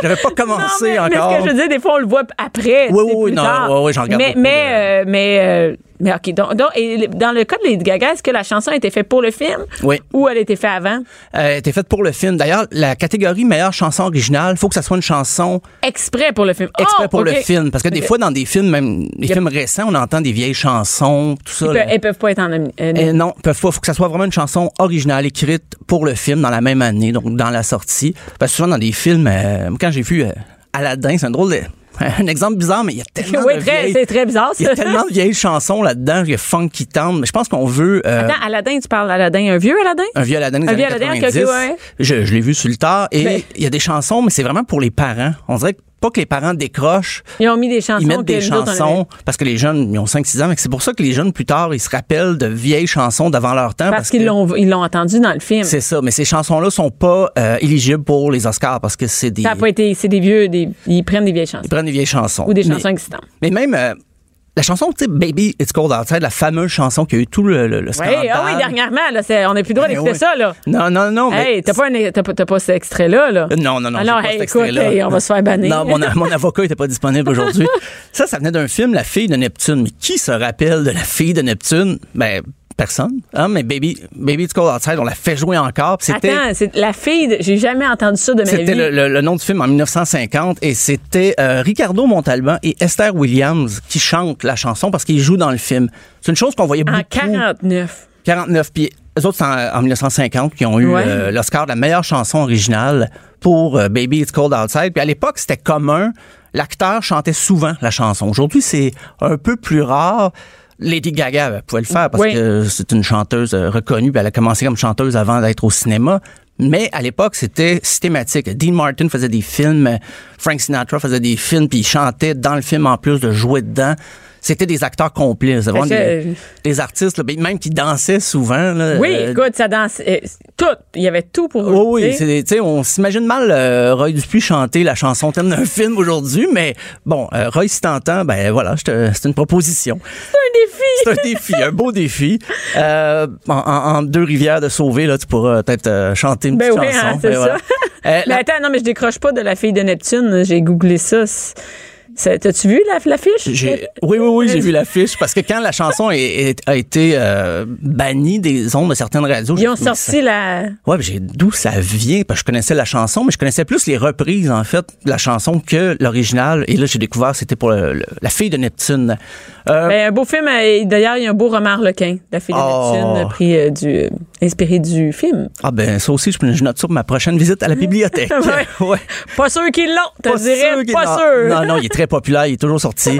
[SPEAKER 5] J'avais pas
[SPEAKER 3] Non,
[SPEAKER 5] commencé
[SPEAKER 3] mais, mais
[SPEAKER 5] encore.
[SPEAKER 3] ce que je veux dire, des fois, on le voit après. tu sais,
[SPEAKER 5] Oui, oui, oui,
[SPEAKER 3] plus
[SPEAKER 5] non,
[SPEAKER 3] tard.
[SPEAKER 5] oui, oui, j'en regarde
[SPEAKER 3] Mais,
[SPEAKER 5] beaucoup,
[SPEAKER 3] mais, euh, mais, euh, mais, OK. Donc, donc, et le- dans le cas de Lady Gaga, est-ce que la chanson a été faite pour le film?
[SPEAKER 5] Oui.
[SPEAKER 3] Ou elle a été faite avant?
[SPEAKER 5] Euh, était faite pour le film. D'ailleurs, la catégorie meilleure chanson originale, faut que ça soit une chanson
[SPEAKER 3] Exprès pour le film.
[SPEAKER 5] exprès
[SPEAKER 3] Oh,
[SPEAKER 5] pour
[SPEAKER 3] OK.
[SPEAKER 5] le film. Parce que des
[SPEAKER 3] OK.
[SPEAKER 5] fois, dans des films, même des films récents, on entend des vieilles chansons, tout ça.
[SPEAKER 3] Ils
[SPEAKER 5] là.
[SPEAKER 3] peuvent, elles peuvent pas être en nomi- euh,
[SPEAKER 5] Euh, non, peuvent pas. Faut que ça soit vraiment une chanson originale écrite pour le film dans la même année, donc dans la sortie. Parce que souvent dans des films, euh, quand j'ai vu euh, Aladdin, c'est un drôle de, un exemple bizarre, mais il y a tellement
[SPEAKER 3] Oui,
[SPEAKER 5] de
[SPEAKER 3] très-
[SPEAKER 5] vieilles,
[SPEAKER 3] c'est très bizarre,
[SPEAKER 5] il y a
[SPEAKER 3] ça.
[SPEAKER 5] tellement de vieilles chansons là-dedans, il y a funk qui tente. Mais je pense qu'on veut euh,
[SPEAKER 3] Attends, Aladdin, tu parles d'Aladdin, un vieux Aladdin?
[SPEAKER 5] un vieux Aladdin des
[SPEAKER 3] Un
[SPEAKER 5] années
[SPEAKER 3] vieux Aladdin, ok,
[SPEAKER 5] 90.
[SPEAKER 3] ok, ouais.
[SPEAKER 5] Je, je l'ai vu sur le tard et
[SPEAKER 3] Mais-
[SPEAKER 5] il y a des chansons, mais c'est vraiment pour les parents. On dirait que pas que les parents décrochent.
[SPEAKER 3] Ils ont mis des chansons.
[SPEAKER 5] Ils mettent des
[SPEAKER 3] que nous autres, on
[SPEAKER 5] chansons hein,
[SPEAKER 3] avait.
[SPEAKER 5] parce que les jeunes, ils ont 5-6 ans. fait que C'est pour ça que les jeunes, plus tard, ils se rappellent de vieilles chansons d'avant leur temps.
[SPEAKER 3] Parce, qu'ils
[SPEAKER 5] que-
[SPEAKER 3] l'ont, ils l'ont entendu dans le film.
[SPEAKER 5] C'est ça, mais ces chansons-là sont pas euh, éligibles pour les Oscars parce que c'est des.
[SPEAKER 3] Ça a pas été, c'est des vieux, des- ils prennent des vieilles chansons.
[SPEAKER 5] Ils prennent des vieilles chansons.
[SPEAKER 3] Ou des
[SPEAKER 5] Mais-
[SPEAKER 3] chansons existantes.
[SPEAKER 5] Mais même euh, la chanson, tu sais, Baby It's Cold Outside, la fameuse chanson qui a eu tout le, le, le scandale.
[SPEAKER 3] Oui, ah oui, dernièrement, là, c'est- on n'a plus le droit
[SPEAKER 5] Ben
[SPEAKER 3] d'écouter
[SPEAKER 5] oui.
[SPEAKER 3] ça, là.
[SPEAKER 5] Non, non, non, mais. euh,
[SPEAKER 3] Hey, t'as pas, un- t'as pas- t'as pas cet extrait-là, là?
[SPEAKER 5] Non, non, non.
[SPEAKER 3] Alors,
[SPEAKER 5] j'ai pas
[SPEAKER 3] hey,
[SPEAKER 5] cet
[SPEAKER 3] écoute,
[SPEAKER 5] extrait-là.
[SPEAKER 3] hey, on va se faire bannir.
[SPEAKER 5] Non, mon, mon avocat n'était pas disponible aujourd'hui. ça, ça venait d'un film, La fille de Neptune. Mais qui se rappelle de La fille de Neptune? Ben, personne. Hein, mais Baby, Baby It's Cold Outside, on l'a fait jouer encore. puis C'était.
[SPEAKER 3] Attends, c'est la fille, de- j'ai jamais entendu ça de ma vie.
[SPEAKER 5] C'était le, le- le nom du film en 1950 et c'était euh, Ricardo Montalban et Esther Williams qui chantent la chanson parce qu'ils jouent dans le film. C'est une chose qu'on voyait
[SPEAKER 3] En
[SPEAKER 5] beaucoup.
[SPEAKER 3] 49.
[SPEAKER 5] 49. Puis eux autres, c'est en, en 1950 qui ont eu
[SPEAKER 3] Ouais.
[SPEAKER 5] euh, l'Oscar de la meilleure chanson originale pour euh, Baby It's Cold Outside. Puis à l'époque, c'était commun. L'acteur chantait souvent la chanson. Aujourd'hui, c'est un peu plus rare. Lady Gaga elle pouvait le faire parce
[SPEAKER 3] Oui.
[SPEAKER 5] que c'est une chanteuse euh, reconnue. Puis elle a commencé comme chanteuse avant d'être au cinéma. Mais à l'époque, c'était systématique. Dean Martin faisait des films, euh, Frank Sinatra faisait des films, puis il chantait dans le film en plus de jouer dedans. C'était des acteurs complices. vraiment
[SPEAKER 3] que- euh,
[SPEAKER 5] des- les artistes, là, ben, même qui dansaient souvent. Là,
[SPEAKER 3] Oui,
[SPEAKER 5] euh,
[SPEAKER 3] écoute, ça danse. euh, Tout. Il y avait tout pour
[SPEAKER 5] oh oui,
[SPEAKER 3] tu sais.
[SPEAKER 5] c'est- tu sais, on s'imagine mal euh, Roy Dupuis chanter la chanson thème d'un film aujourd'hui, mais bon, euh, Roy, si t'entends, ben voilà, je te- c'est une proposition.
[SPEAKER 3] un défi.
[SPEAKER 5] C'est un défi, un beau défi. Euh, en, en- en deux rivières de sauver, là, tu pourras peut-être euh, chanter une
[SPEAKER 3] Ben
[SPEAKER 5] petite
[SPEAKER 3] oui,
[SPEAKER 5] chanson.
[SPEAKER 3] hein, c'est
[SPEAKER 5] ben voilà.
[SPEAKER 3] ça.
[SPEAKER 5] Euh,
[SPEAKER 3] Mais
[SPEAKER 5] la-
[SPEAKER 3] attends, non, mais je décroche pas de la fille de Neptune. J'ai googlé ça. C'est- c'est- T'as-tu vu la- l'affiche?
[SPEAKER 5] J'ai- oui, oui, oui, j'ai vu l'affiche parce que quand la chanson est- est- a été euh, bannie des ondes de certaines radios,
[SPEAKER 3] Euh, Ils ont
[SPEAKER 5] j'ai- ça-
[SPEAKER 3] sorti la.
[SPEAKER 5] Ouais, mais j'ai d'où ça vient parce que je connaissais la chanson, mais je connaissais plus les reprises en fait de la chanson que l'original. Et là, j'ai découvert c'était pour le- le- la fille de Neptune. Euh,
[SPEAKER 3] Ben, un beau film. euh, et D'ailleurs, il y a un beau roman Harlequin, la fille de
[SPEAKER 5] Oh.
[SPEAKER 3] Neptune, pris, euh, du, euh, inspiré du film.
[SPEAKER 5] ah ben ça aussi, je, je note ça pour ma prochaine visite à la bibliothèque.
[SPEAKER 3] Ouais.
[SPEAKER 5] ouais.
[SPEAKER 3] Pas sûr qu'ils l'ont, te
[SPEAKER 5] Pas
[SPEAKER 3] dirais,
[SPEAKER 5] sûr qu'il-
[SPEAKER 3] pas
[SPEAKER 5] non,
[SPEAKER 3] sûr.
[SPEAKER 5] Non, non, il est très populaire, il est toujours sorti.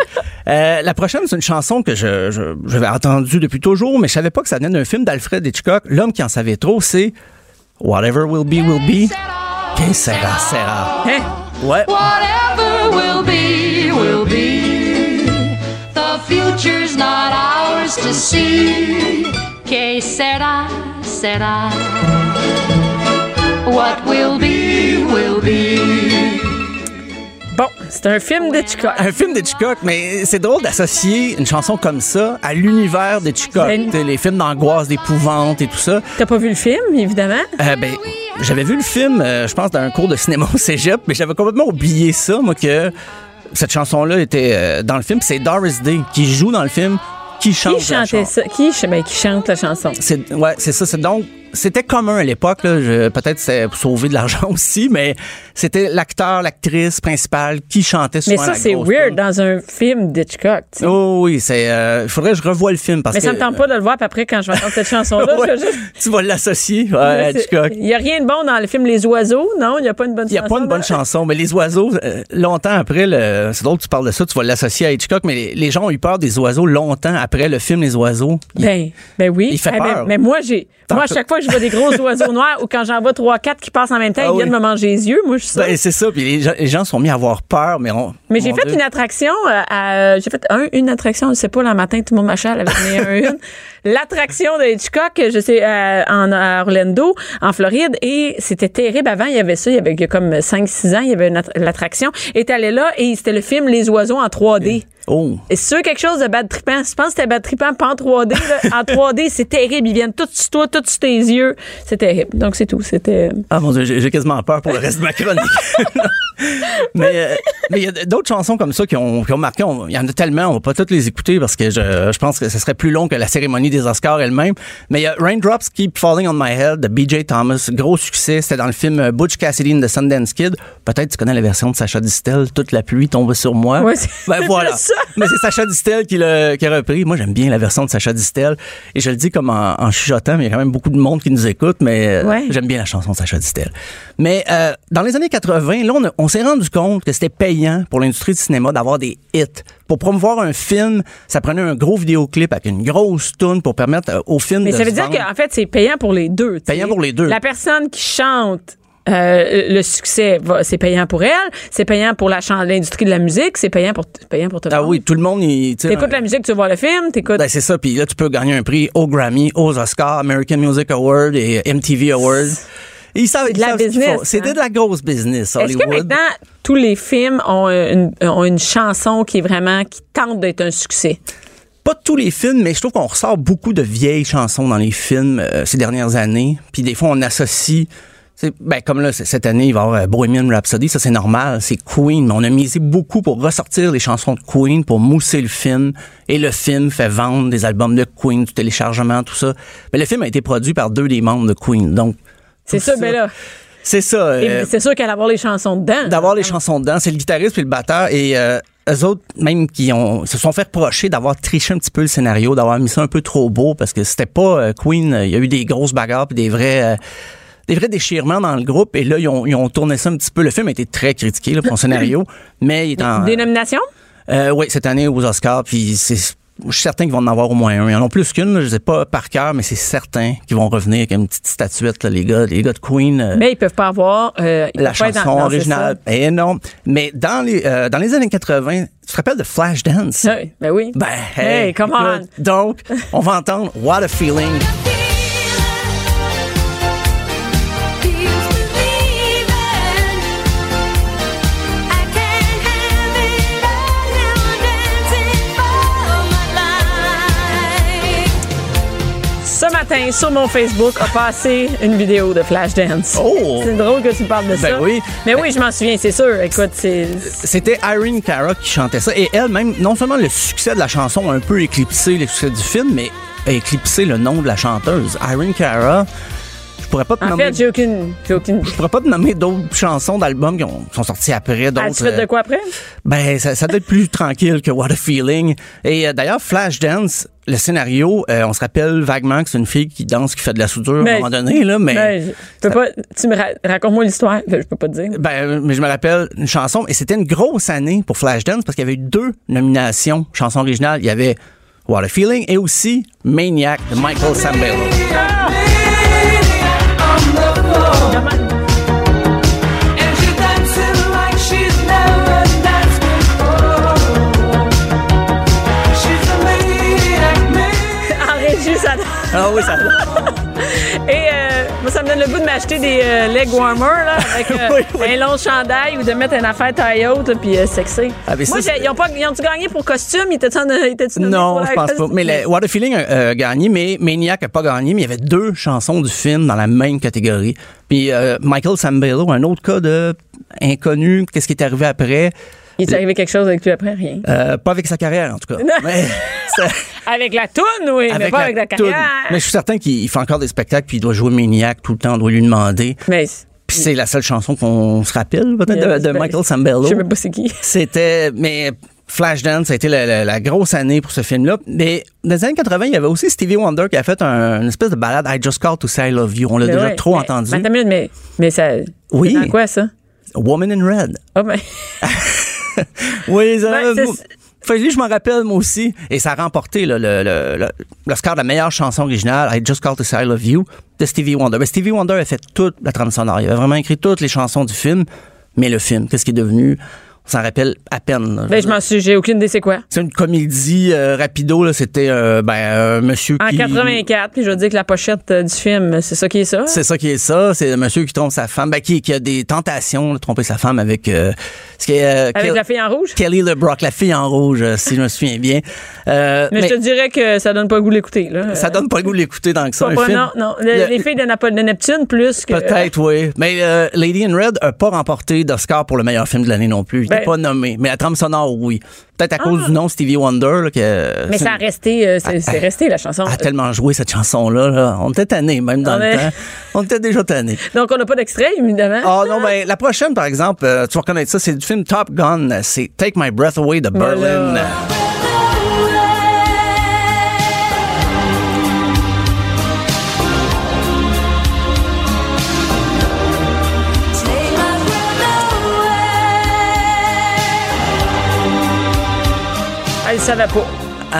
[SPEAKER 5] Euh, la prochaine, c'est une chanson que je, je- j'avais entendue depuis toujours, mais je savais pas que ça venait d'un film d'Alfred Hitchcock. L'homme qui en savait trop, c'est Whatever Will Be, Will Be. Que sera, sera.
[SPEAKER 3] Hein?
[SPEAKER 5] Ouais.
[SPEAKER 6] Whatever will be, will be. The future's not ours to see. Que será, será. What will be, will be.
[SPEAKER 3] Bon, c'est un film Euh, d'Hitchcock.
[SPEAKER 5] un film d'Hitchcock, mais c'est drôle d'associer une chanson comme ça à l'univers d'Hitchcock.
[SPEAKER 3] Ben-
[SPEAKER 5] T'sais, Les films d'angoisse, d'épouvante et tout ça.
[SPEAKER 3] T'as pas vu le film, évidemment.
[SPEAKER 5] Euh, ben, j'avais vu le film, euh, je pense, dans un cours de cinéma au cégep, mais j'avais complètement oublié ça, moi, que cette chanson-là était euh, dans le film. Puis C'est Doris Day qui joue dans le film, qui chante
[SPEAKER 3] Qui
[SPEAKER 5] Ah, la
[SPEAKER 3] chantait
[SPEAKER 5] chanson.
[SPEAKER 3] ça? Qui, ch- ben, qui chante la chanson?
[SPEAKER 5] C'est ouais, c'est ça. C'est donc c'était commun à l'époque. là, je- Peut-être c'était pour sauver de l'argent aussi, mais c'était l'acteur, l'actrice principale qui chantait
[SPEAKER 3] Mais
[SPEAKER 5] souvent
[SPEAKER 3] ça,
[SPEAKER 5] la
[SPEAKER 3] c'est
[SPEAKER 5] grosse
[SPEAKER 3] weird
[SPEAKER 5] tune.
[SPEAKER 3] dans un film d'Hitchcock. tu sais.
[SPEAKER 5] Oh oui, c'est. euh, faudrait que je revoie le film parce
[SPEAKER 3] Mais
[SPEAKER 5] que.
[SPEAKER 3] ça me tente pas de le voir, puis après, quand je vais entendre cette chanson-là,
[SPEAKER 5] euh, Ouais,
[SPEAKER 3] je vais juste-
[SPEAKER 5] tu vas l'associer ouais, à Hitchcock.
[SPEAKER 3] Il n'y a rien de bon dans le film Les Oiseaux, non? Il n'y a pas une bonne
[SPEAKER 5] Il n'y a
[SPEAKER 3] chanson.
[SPEAKER 5] pas une bonne
[SPEAKER 3] là.
[SPEAKER 5] chanson, mais les oiseaux, euh, longtemps après, le, c'est drôle que tu parles de ça, tu vas l'associer à Hitchcock, mais les, les gens ont eu peur des oiseaux longtemps après le film Les oiseaux. Il-
[SPEAKER 3] Ben, ben oui.
[SPEAKER 5] Il fait
[SPEAKER 3] Eh ben,
[SPEAKER 5] peur.
[SPEAKER 3] mais moi, j'ai,
[SPEAKER 5] T'en
[SPEAKER 3] moi, à
[SPEAKER 5] peux-
[SPEAKER 3] chaque fois que je vois des gros oiseaux noirs ou quand j'en vois trois, quatre qui passent en même temps,
[SPEAKER 5] Ah
[SPEAKER 3] ils viennent
[SPEAKER 5] oui.
[SPEAKER 3] me manger les yeux. Moi, je suis
[SPEAKER 5] Ben, c'est ça, puis les gens, les gens sont mis à avoir peur, mais on.
[SPEAKER 3] Mais j'ai
[SPEAKER 5] mon
[SPEAKER 3] fait
[SPEAKER 5] Dieu.
[SPEAKER 3] une attraction, euh, à- j'ai fait un- une attraction, je sais pas, le matin, tout le monde m'achale avec une. L'attraction de Hitchcock, je sais, euh, en à Orlando, en Floride, et c'était terrible. Avant, il y avait ça, il y avait il y a comme 5-6 ans, il y avait une attra- l'attraction. Et t'allais là, et c'était le film Les oiseaux en 3D.
[SPEAKER 5] Oh!
[SPEAKER 3] Et C'est sûr quelque chose de bad trippant. Je pense que c'était bad trippant, pas en 3D. là. En 3D, c'est terrible. Ils viennent tous sur toi, tous sur tes yeux. C'est terrible. Donc, c'est tout. C'était...
[SPEAKER 5] Ah mon dieu, j'ai j'ai quasiment peur pour le reste de ma chronique. mais euh, mais il y a d'autres chansons comme ça qui ont, qui ont marqué. On- Il y en a tellement, on va pas toutes les écouter parce que je, je pense que ce serait plus long que la cérémonie des Oscars elle-même. Mais il y a Raindrops Keep Falling on My Head de B.J. Thomas, gros succès. C'était dans le film euh, Butch Cassidy and the Sundance Kid. Peut-être tu connais la version de Sacha Distel, Toute la pluie tombe sur moi.
[SPEAKER 3] Ouais, c'est-
[SPEAKER 5] ben
[SPEAKER 3] c'est
[SPEAKER 5] voilà.
[SPEAKER 3] plus ça.
[SPEAKER 5] Mais c'est Sacha Distel qui l'a qui a repris. Moi, j'aime bien la version de Sacha Distel. Et je le dis comme en, en chuchotant, mais il y a quand même beaucoup de monde qui nous écoute. Mais euh,
[SPEAKER 3] Ouais.
[SPEAKER 5] j'aime bien la chanson de Sacha Distel. Mais euh, dans les années 80, là, on, a- on s'est rendu compte que c'était payant pour l'industrie du cinéma d'avoir des hits. Pour promouvoir un film, ça prenait un gros vidéoclip avec une grosse toune pour permettre euh, au film
[SPEAKER 3] Mais
[SPEAKER 5] de
[SPEAKER 3] ça veut
[SPEAKER 5] se
[SPEAKER 3] dire
[SPEAKER 5] vendre.
[SPEAKER 3] qu'en fait, c'est payant pour les deux. tu
[SPEAKER 5] Payant
[SPEAKER 3] sais.
[SPEAKER 5] pour les deux.
[SPEAKER 3] La personne qui chante euh, le succès, va- c'est payant pour elle, c'est payant pour la chan- l'industrie de la musique, c'est payant pour, c'est payant pour tout le
[SPEAKER 5] Ah
[SPEAKER 3] monde.
[SPEAKER 5] oui, tout le monde, il, tu sais, euh,
[SPEAKER 3] T'écoutes la musique, tu vois le film, t'écoutes.
[SPEAKER 5] Ben, c'est ça, puis là, tu peux gagner un prix aux Grammy, aux Oscars, American Music Award et MTV Award. Ils savent,
[SPEAKER 3] de
[SPEAKER 5] ils
[SPEAKER 3] la
[SPEAKER 5] savent ce qu'ils
[SPEAKER 3] business,
[SPEAKER 5] font. C'était
[SPEAKER 3] hein?
[SPEAKER 5] de la grosse business,
[SPEAKER 3] Est-ce que
[SPEAKER 5] Hollywood.
[SPEAKER 3] maintenant tous les films ont une, ont une chanson qui est vraiment qui tente d'être un succès
[SPEAKER 5] Pas tous les films, mais je trouve qu'on ressort beaucoup de vieilles chansons dans les films euh, ces dernières années. Puis des fois, on associe... tu sais, Ben, comme là, c- cette année, il va y avoir euh, Bohemian Rhapsody, ça c'est normal, c'est Queen, mais on a misé beaucoup pour ressortir les chansons de Queen, pour mousser le film, et le film fait vendre des albums de Queen, du téléchargement, tout ça. Mais le film a été produit par deux des membres de Queen, donc...
[SPEAKER 3] C'est
[SPEAKER 5] tout
[SPEAKER 3] ça, ben là.
[SPEAKER 5] C'est ça.
[SPEAKER 3] Et
[SPEAKER 5] euh,
[SPEAKER 3] c'est sûr qu'elle va avoir les chansons dedans.
[SPEAKER 5] d'avoir les chansons dedans, c'est le guitariste puis le batteur et euh, eux autres même qui ont se sont fait reprocher d'avoir triché un petit peu le scénario, d'avoir mis ça un peu trop beau parce que c'était pas euh, Queen, euh, il y a eu des grosses bagarres puis des vrais euh, des vrais déchirements dans le groupe et là ils ont, ils ont tourné ça un petit peu. Le film a été très critiqué là, pour son scénario, mais il est en
[SPEAKER 3] Des nominations?
[SPEAKER 5] euh, oui, cette année aux Oscars, puis c'est. Je suis certain qu'ils vont en avoir au moins un. Ils en ont plus qu'une, là, je ne sais pas par cœur, mais c'est certain qu'ils vont revenir avec une petite statuette, là, les gars, les gars de Queen. euh,
[SPEAKER 3] Mais ils peuvent pas avoir. euh, ils
[SPEAKER 5] la
[SPEAKER 3] peuvent pas être
[SPEAKER 5] chanson
[SPEAKER 3] dans- dans- c'est
[SPEAKER 5] originale est énorme. Mais dans les, euh, dans les années 80, tu te rappelles de Flashdance?
[SPEAKER 3] ça. Oui, Ben oui.
[SPEAKER 5] Ben, hey,
[SPEAKER 3] hey, come on.
[SPEAKER 5] écoute, Donc, on va entendre What a Feeling.
[SPEAKER 3] Ce matin, sur mon Facebook, a passé une vidéo de Flashdance.
[SPEAKER 5] Oh!
[SPEAKER 3] C'est drôle que tu parles de ça.
[SPEAKER 5] oui.
[SPEAKER 3] Mais oui, je m'en souviens, c'est sûr. Écoute, c'est.
[SPEAKER 5] C'était Irene Cara qui chantait ça. Et elle-même, non seulement le succès de la chanson a un peu éclipsé le succès du film, mais a éclipsé le nom de la chanteuse. Irene Cara, je pourrais pas te
[SPEAKER 3] En
[SPEAKER 5] nommer...
[SPEAKER 3] fait, j'ai aucune. J'ai aucune.
[SPEAKER 5] je pourrais pas te nommer d'autres chansons d'albums qui, ont- qui sont sorties après.
[SPEAKER 3] As-tu
[SPEAKER 5] d'autres,
[SPEAKER 3] fait
[SPEAKER 5] euh,
[SPEAKER 3] de quoi après?
[SPEAKER 5] Ben, ça, ça doit être plus tranquille que What a Feeling. Et euh, d'ailleurs, Flashdance, le scénario, euh, on se rappelle vaguement que c'est une fille qui danse, qui fait de la soudure à un
[SPEAKER 3] Mais-
[SPEAKER 5] moment donné, là, mais.
[SPEAKER 3] Ben, je- peux pas. Tu me ra- racontes-moi l'histoire. Je peux pas te dire.
[SPEAKER 5] Ben, mais je me rappelle une chanson, et c'était une grosse année pour Flashdance parce qu'il y avait eu deux nominations, chanson originale. Il y avait What a Feeling et aussi Maniac de Michael Sambello. Ben
[SPEAKER 3] En régie, ça.
[SPEAKER 5] Ah oui, ça.
[SPEAKER 3] Et euh, moi, ça me donne le goût de m'acheter des euh, leg warmers là, avec euh,
[SPEAKER 5] Oui, oui.
[SPEAKER 3] un long chandail ou de mettre une affaire taille haute là, puis euh, sexy.
[SPEAKER 5] Ah, mais
[SPEAKER 3] moi,
[SPEAKER 5] ça,
[SPEAKER 3] j'ai-
[SPEAKER 5] c'est-
[SPEAKER 3] ils ont pas, ils ont gagné pour costume. Ils étaient-tu en- ils étaient-tu nommés
[SPEAKER 5] Non,
[SPEAKER 3] pour
[SPEAKER 5] je
[SPEAKER 3] la
[SPEAKER 5] pense pas.
[SPEAKER 3] costume?
[SPEAKER 5] Mais le What a Feeling a euh, gagné, mais Maniac a pas gagné, mais il y avait deux chansons du film dans la même catégorie. Puis euh, Michael Sambello, un autre cas de inconnu, qu'est-ce qui est arrivé après?
[SPEAKER 3] Il est arrivé quelque chose avec lui après rien.
[SPEAKER 5] Euh, pas avec sa carrière, en tout cas.
[SPEAKER 3] Non.
[SPEAKER 5] Mais ça-
[SPEAKER 3] Avec la toune, oui, mais pas avec la
[SPEAKER 5] toune.
[SPEAKER 3] carrière.
[SPEAKER 5] Mais je suis certain qu'il il fait encore des spectacles, puis il doit jouer Maniac tout le temps, on doit lui demander.
[SPEAKER 3] Mais
[SPEAKER 5] Puis
[SPEAKER 3] Mm.
[SPEAKER 5] c'est la seule chanson qu'on se rappelle, peut-être, de, de
[SPEAKER 3] Ben,
[SPEAKER 5] Michael Sambello.
[SPEAKER 3] je sais même pas c'est qui.
[SPEAKER 5] C'était. Mais Flashdance, ça a été la, la- la grosse année pour ce film-là. Mais dans les années 80, il y avait aussi Stevie Wonder qui a fait un- une espèce de balade I Just Called to Say I Love You. On l'a
[SPEAKER 3] Mais
[SPEAKER 5] déjà
[SPEAKER 3] Ben ouais,
[SPEAKER 5] trop
[SPEAKER 3] mais-
[SPEAKER 5] entendu.
[SPEAKER 3] Mais, attends une minute, mais, mais ça.
[SPEAKER 5] Oui.
[SPEAKER 3] c'est Dans quoi, ça?
[SPEAKER 5] Woman in Red.
[SPEAKER 3] Oh, ben,
[SPEAKER 5] Oui, ça,
[SPEAKER 3] Ben, c'est-
[SPEAKER 5] moi- Fait que lui, je m'en rappelle, moi aussi. Et ça a remporté là, le, le, le, le score de la meilleure chanson originale, I Just Called to Say I Love You, de Stevie Wonder. Ben, Stevie Wonder a fait toute la trame sonore. Il avait vraiment écrit toutes les chansons du film, mais le film, qu'est-ce qui est devenu? On s'en rappelle à peine. là.
[SPEAKER 3] ben, je m'en suis. J'ai aucune idée c'est quoi.
[SPEAKER 5] C'est une comédie euh, rapido, là. C'était euh, ben, un monsieur
[SPEAKER 3] En
[SPEAKER 5] qui.
[SPEAKER 3] 84, puis je veux dire que la pochette euh, du film, c'est ça qui est ça.
[SPEAKER 5] C'est ça qui est ça. C'est un monsieur qui trompe sa femme, ben, qui, qui a des tentations de tromper sa femme avec euh, ce qui est. euh,
[SPEAKER 3] Avec
[SPEAKER 5] Kel-
[SPEAKER 3] la fille en rouge.
[SPEAKER 5] Kelly LeBrock, la fille en rouge, euh, si je me souviens bien. Euh,
[SPEAKER 3] Mais,
[SPEAKER 5] mais
[SPEAKER 3] je te dirais que ça donne pas le goût de l'écouter. là.
[SPEAKER 5] ça donne pas le goût de l'écouter dans que ça.
[SPEAKER 3] Pas
[SPEAKER 5] un
[SPEAKER 3] pas-
[SPEAKER 5] film.
[SPEAKER 3] Non, non. Le-
[SPEAKER 5] Le-
[SPEAKER 3] les filles de, Napo- de Neptune, plus que.
[SPEAKER 5] Peut-être, oui. Mais euh, Lady in Red n'a pas remporté d'Oscar pour le meilleur film de l'année non plus. Il n'était
[SPEAKER 3] Ben- Ah.
[SPEAKER 5] pas nommé. Mais la trame sonore, oui. Peut-être à cause du nom Stevie Wonder. là, que,
[SPEAKER 3] Mais ça a resté, euh, c'est
[SPEAKER 5] Ah,
[SPEAKER 3] c'est
[SPEAKER 5] ah.
[SPEAKER 3] resté la chanson.
[SPEAKER 5] a tellement joué cette chanson-là. là. On était tannés, même dans
[SPEAKER 3] Ah, mais-
[SPEAKER 5] le temps. On était déjà tannés.
[SPEAKER 3] Donc, on n'a pas d'extrait, évidemment.
[SPEAKER 5] Oh non, ben la prochaine, par exemple, euh, tu vas reconnaître ça, c'est du film Top Gun. C'est Take My Breath Away de
[SPEAKER 3] Voilà.
[SPEAKER 5] Berlin.
[SPEAKER 3] Elle ne savait pas.
[SPEAKER 5] Ah.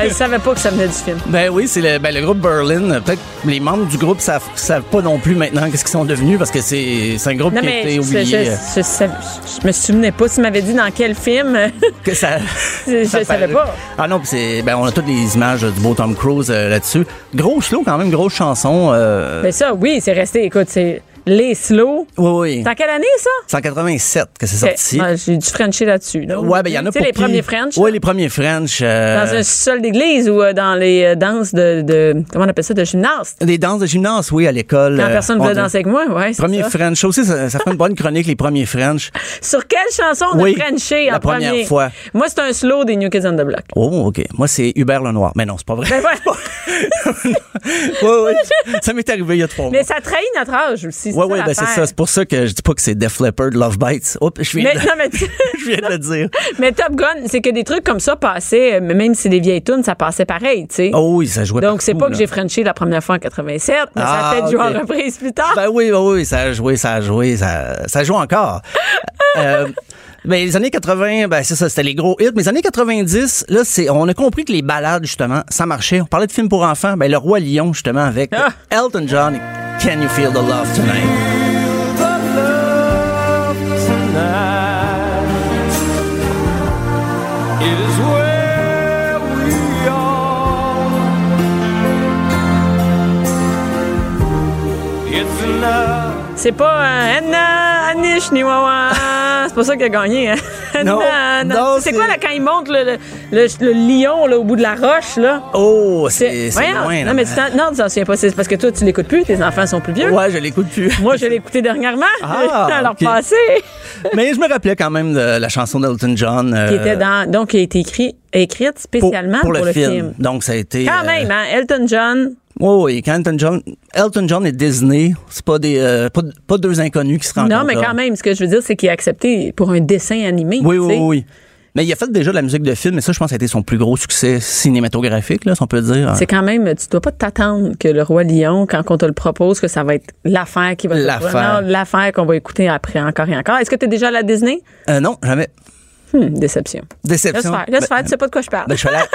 [SPEAKER 3] Elle savait pas que ça venait du film.
[SPEAKER 5] Ben oui, c'est le, ben le groupe Berlin. Peut-être que les membres du groupe savent, savent pas non plus maintenant qu'est-ce qu'ils sont devenus parce que c'est c'est un groupe
[SPEAKER 3] Non,
[SPEAKER 5] qui a
[SPEAKER 3] mais
[SPEAKER 5] été
[SPEAKER 3] je,
[SPEAKER 5] oublié.
[SPEAKER 3] je-
[SPEAKER 5] euh,
[SPEAKER 3] je- je- je me souvenais pas. Tu m'avais dit dans quel film.
[SPEAKER 5] que ça,
[SPEAKER 3] Je- je
[SPEAKER 5] ça
[SPEAKER 3] savais
[SPEAKER 5] paraît.
[SPEAKER 3] pas.
[SPEAKER 5] Ah non, puis c'est ben on a toutes les images euh, du beau Tom Cruise euh, là-dessus. Gros slow quand même, grosse chanson. euh,
[SPEAKER 3] mais ça, oui, c'est resté. Écoute, c'est Les Slow.
[SPEAKER 5] oui, oui.
[SPEAKER 3] C'est en quelle année, ça?
[SPEAKER 5] 187 que c'est
[SPEAKER 3] Eh,
[SPEAKER 5] sorti.
[SPEAKER 3] Ben, ouais, J'ai du Frenché là-dessus. là.
[SPEAKER 5] Ouais, ben il y en a
[SPEAKER 3] Oh, Tu
[SPEAKER 5] pour
[SPEAKER 3] sais, les
[SPEAKER 5] qui-
[SPEAKER 3] premiers French.
[SPEAKER 5] Ouais,
[SPEAKER 3] là,
[SPEAKER 5] les premiers French. euh,
[SPEAKER 3] Dans un sol d'église ou euh, dans les euh, danses de, de- Comment on appelle ça? De gymnaste.
[SPEAKER 5] Des danses de gymnase, oui, à l'école.
[SPEAKER 3] Quand
[SPEAKER 5] euh,
[SPEAKER 3] personne
[SPEAKER 5] on
[SPEAKER 3] ne veut
[SPEAKER 5] dit-
[SPEAKER 3] danser avec moi, ouais. c'est
[SPEAKER 5] Premier
[SPEAKER 3] ça.
[SPEAKER 5] French. Ça aussi, ça, ça fait une bonne chronique, les premiers French.
[SPEAKER 3] Sur quelle chanson on
[SPEAKER 5] Oui,
[SPEAKER 3] a Frenché en
[SPEAKER 5] la première
[SPEAKER 3] premier?
[SPEAKER 5] fois.
[SPEAKER 3] Moi, c'est un slow des New Kids on the Block.
[SPEAKER 5] Oh, OK. Moi, c'est Hubert Lenoir. Mais non, c'est pas vrai.
[SPEAKER 3] Ben, ouais.
[SPEAKER 5] oui, oui. Ça m'est arrivé il y a trois mois.
[SPEAKER 3] Mais ça trahit notre âge aussi.
[SPEAKER 5] Oui, oui, ben c'est
[SPEAKER 3] l'affaire.
[SPEAKER 5] ça. C'est pour ça que je dis pas que c'est Def Leppard, Love Bites. Oups, je viens,
[SPEAKER 3] Mais,
[SPEAKER 5] de,
[SPEAKER 3] non, mais, tu-
[SPEAKER 5] je viens de le dire.
[SPEAKER 3] mais Top Gun, c'est que des trucs comme ça passaient, euh, même si c'est des vieilles tunes, ça passait pareil, tu sais.
[SPEAKER 5] Oh oui, ça jouait
[SPEAKER 3] Donc, c'est pas
[SPEAKER 5] partout,
[SPEAKER 3] que
[SPEAKER 5] là.
[SPEAKER 3] j'ai Frenché la première fois en 87, mais ça
[SPEAKER 5] Ah,
[SPEAKER 3] a peut-être joué
[SPEAKER 5] ok.
[SPEAKER 3] en reprise plus tard.
[SPEAKER 5] Ben oui, ben oui, ça a joué, ça a joué, ça, ça joue encore. Euh, ben, les années 80, ben c'est ça, c'était les gros hits. Mais les années 90, là, c'est, on a compris que les balades, justement, ça marchait. On parlait de films pour enfants. Ben, Le Roi Lion, justement, avec
[SPEAKER 3] Ah.
[SPEAKER 5] Elton John. et Can you feel the love tonight?
[SPEAKER 3] C'est pas euh, Anna, Anish, Niwawa. c'est pas ça qu'il a gagné. Hein?
[SPEAKER 5] Non,
[SPEAKER 3] Anna, Anna.
[SPEAKER 5] non,
[SPEAKER 3] c'est
[SPEAKER 5] c'est-
[SPEAKER 3] quoi, là, quand il monte le, le, le- le lion là, au bout de la roche, là?
[SPEAKER 5] Oh, c'est, c'est
[SPEAKER 3] Voyons.
[SPEAKER 5] loin, là. hein?
[SPEAKER 3] Non, mais tu t'en... non, tu t'en souviens pas. C'est parce que toi, tu l'écoutes plus. Tes enfants sont plus vieux.
[SPEAKER 5] Ouais, je l'écoute plus.
[SPEAKER 3] Moi, je l'ai écouté dernièrement.
[SPEAKER 5] Ah,
[SPEAKER 3] à leur
[SPEAKER 5] ok. Euh,
[SPEAKER 3] passé.
[SPEAKER 5] mais je me rappelais quand même de la chanson d'Elton John. euh,
[SPEAKER 3] Qui était dans... Donc, qui a été écrit... écrite
[SPEAKER 5] pour,
[SPEAKER 3] spécialement
[SPEAKER 5] pour le, film. Donc, ça a été.
[SPEAKER 3] Quand
[SPEAKER 5] euh,
[SPEAKER 3] même, hein? Elton John.
[SPEAKER 5] Oui, oui, quand Elton John, Elton John et Disney, c'est pas des euh, pas, pas deux inconnus qui se rencontrent.
[SPEAKER 3] Non, mais
[SPEAKER 5] là.
[SPEAKER 3] quand même, ce que je veux dire, c'est qu'il a accepté pour un dessin animé.
[SPEAKER 5] Oui,
[SPEAKER 3] tu
[SPEAKER 5] oui,
[SPEAKER 3] sais.
[SPEAKER 5] oui. Mais il a fait déjà de la musique de film, et ça, je pense, que ça a été son plus gros succès cinématographique, là, si on peut dire.
[SPEAKER 3] C'est quand même, tu dois pas t'attendre que le roi lion, quand on te le propose, que ça va être l'affaire qui va te
[SPEAKER 5] L'affaire.
[SPEAKER 3] Non, l'affaire qu'on va écouter après encore et encore. Est-ce que tu es déjà allé à la Disney?
[SPEAKER 5] Euh, non, jamais.
[SPEAKER 3] Hum, déception. Laisse
[SPEAKER 5] Déception.
[SPEAKER 3] faire, laisse
[SPEAKER 5] Ben,
[SPEAKER 3] faire, tu sais pas de quoi je parle.
[SPEAKER 5] ben, je suis allé à,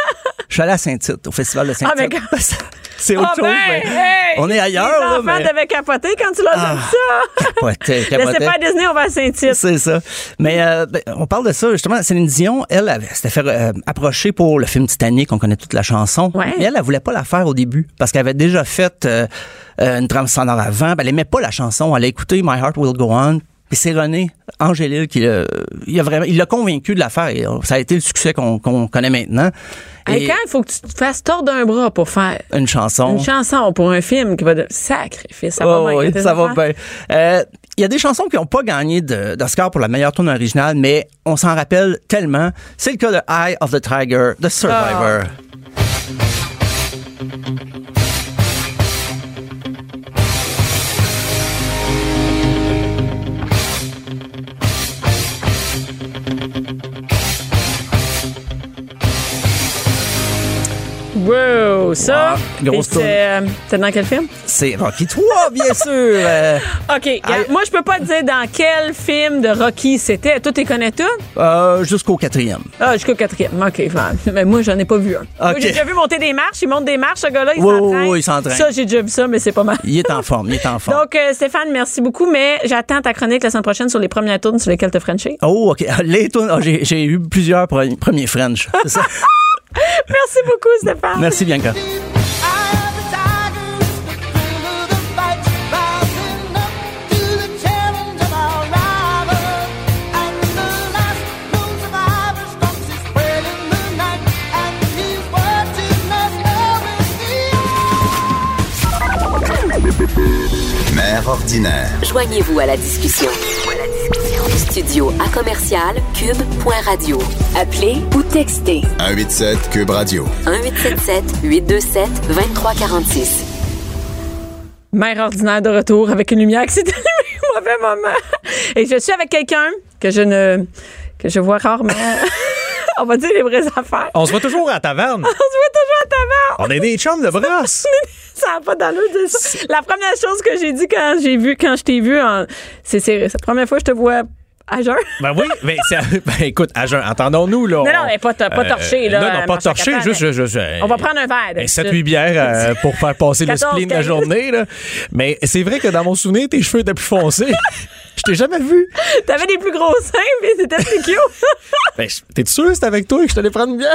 [SPEAKER 5] je suis allé à Saint-Tite, au festival de
[SPEAKER 3] Ah, mais
[SPEAKER 5] Saint-Tite.
[SPEAKER 3] quand-
[SPEAKER 5] c'est autre
[SPEAKER 3] Ah,
[SPEAKER 5] chose,
[SPEAKER 3] ben,
[SPEAKER 5] mais
[SPEAKER 3] hey!
[SPEAKER 5] on est ailleurs,
[SPEAKER 3] Les
[SPEAKER 5] là,
[SPEAKER 3] enfants
[SPEAKER 5] mais-
[SPEAKER 3] devaient capoter quand tu leur as dit ça.
[SPEAKER 5] Capotait,
[SPEAKER 3] Laissez
[SPEAKER 5] capotait.
[SPEAKER 3] pas à Disney, on va à Saint-Tite.
[SPEAKER 5] C'est ça. Mais euh, ben, on parle de ça, justement. Céline Dion, elle, elle s'était fait euh, approcher pour le film Titanic, on connaît toute la chanson.
[SPEAKER 3] Ouais.
[SPEAKER 5] Mais elle, elle voulait pas la faire au début parce qu'elle avait déjà fait euh, euh, une trame sonore avant. Ben, elle aimait pas la chanson. Elle a écouté My Heart Will Go On. Puis c'est René Angélil qui l'a il a vraiment, il l'a convaincu de la faire. Et, euh, ça a été le succès qu'on qu'on connaît maintenant.
[SPEAKER 3] Hey,
[SPEAKER 5] Et
[SPEAKER 3] quand il faut que tu te fasses tordre un bras pour faire
[SPEAKER 5] une chanson.
[SPEAKER 3] une chanson pour un film qui va de sacrifice, ça va
[SPEAKER 5] Oh,
[SPEAKER 3] bien,
[SPEAKER 5] oui,
[SPEAKER 3] tes
[SPEAKER 5] ça va
[SPEAKER 3] enfants?
[SPEAKER 5] bien. Euh, Il y a des chansons qui n'ont pas gagné de- d'Oscar pour la meilleure tourne originale, mais on s'en rappelle tellement. C'est le cas de Eye of the Tiger, The Survivor.
[SPEAKER 3] Ah. Wow, ça.
[SPEAKER 5] Wow, grosse
[SPEAKER 3] Et c'est euh, c'est dans quel film?
[SPEAKER 5] C'est Rocky 3, bien sûr. Euh,
[SPEAKER 3] OK. regarde, Moi, je peux pas te dire dans quel film de Rocky c'était. Toi, tu connais tout?
[SPEAKER 5] euh, Jusqu'au quatrième.
[SPEAKER 3] Ah, jusqu'au quatrième. OK, fine. Mais moi, j'en ai pas vu un. Moi,
[SPEAKER 5] OK.
[SPEAKER 3] J'ai déjà vu monter des marches. Il monte des marches, ce gars-là. Il
[SPEAKER 5] Oui,
[SPEAKER 3] s'entraîne.
[SPEAKER 5] oui, oui, il s'entraîne.
[SPEAKER 3] Ça, j'ai déjà vu ça, mais c'est pas mal.
[SPEAKER 5] Il est en forme, il est en forme.
[SPEAKER 3] Donc, euh, Stéphane, merci beaucoup, mais j'attends ta chronique la semaine prochaine sur les premières tournes sur lesquelles te Frenché.
[SPEAKER 5] Oh, OK. Les tournes- oh, j'ai j'ai eu plusieurs pre- premiers French. C'est ça.
[SPEAKER 3] Merci beaucoup, Stéphane.
[SPEAKER 5] Ah. Merci, Bianca.
[SPEAKER 2] Mère ordinaire.
[SPEAKER 1] Joignez-vous à la discussion. Studio à commercial cube.radio. Appelez ou textez
[SPEAKER 2] 187 Cube Radio.
[SPEAKER 1] 1877 827 2346.
[SPEAKER 3] Mère ordinaire de retour avec une lumière qui s'est allumée au mauvais moment. Et je suis avec quelqu'un que je ne. que je vois rarement. On va dire les vraies affaires.
[SPEAKER 7] On se voit toujours à taverne.
[SPEAKER 3] On se voit toujours à taverne.
[SPEAKER 7] On est des chums de brosse.
[SPEAKER 3] Ça n'a pas d'allure de dire ça. La première chose que j'ai dit quand j'ai vu, quand je t'ai vu, en- c'est c'est- c'est la première fois que je te vois à jeun.
[SPEAKER 7] Ben oui, ben, c'est- ben écoute, à jeun, entendons-nous, là.
[SPEAKER 3] Non, non,
[SPEAKER 7] on-
[SPEAKER 3] mais pas, to- pas
[SPEAKER 7] Euh,
[SPEAKER 3] torché, là.
[SPEAKER 7] Non, non,
[SPEAKER 3] euh,
[SPEAKER 7] pas
[SPEAKER 3] Marchand
[SPEAKER 7] torché,
[SPEAKER 3] Caplan,
[SPEAKER 7] juste,
[SPEAKER 3] mais-
[SPEAKER 7] juste, euh,
[SPEAKER 3] On va prendre un verre. d'habitude.
[SPEAKER 7] 7-8 bières euh, pour faire passer le
[SPEAKER 3] 14,
[SPEAKER 7] spleen de la
[SPEAKER 3] 15.
[SPEAKER 7] journée, là. Mais c'est vrai que dans mon souvenir, tes cheveux étaient plus foncés. Je t'ai jamais vu.
[SPEAKER 3] T'avais des plus gros seins, mais c'était plus cute.
[SPEAKER 7] Ben, je- t'es sûr que c'était avec toi que je t'allais prendre une bière?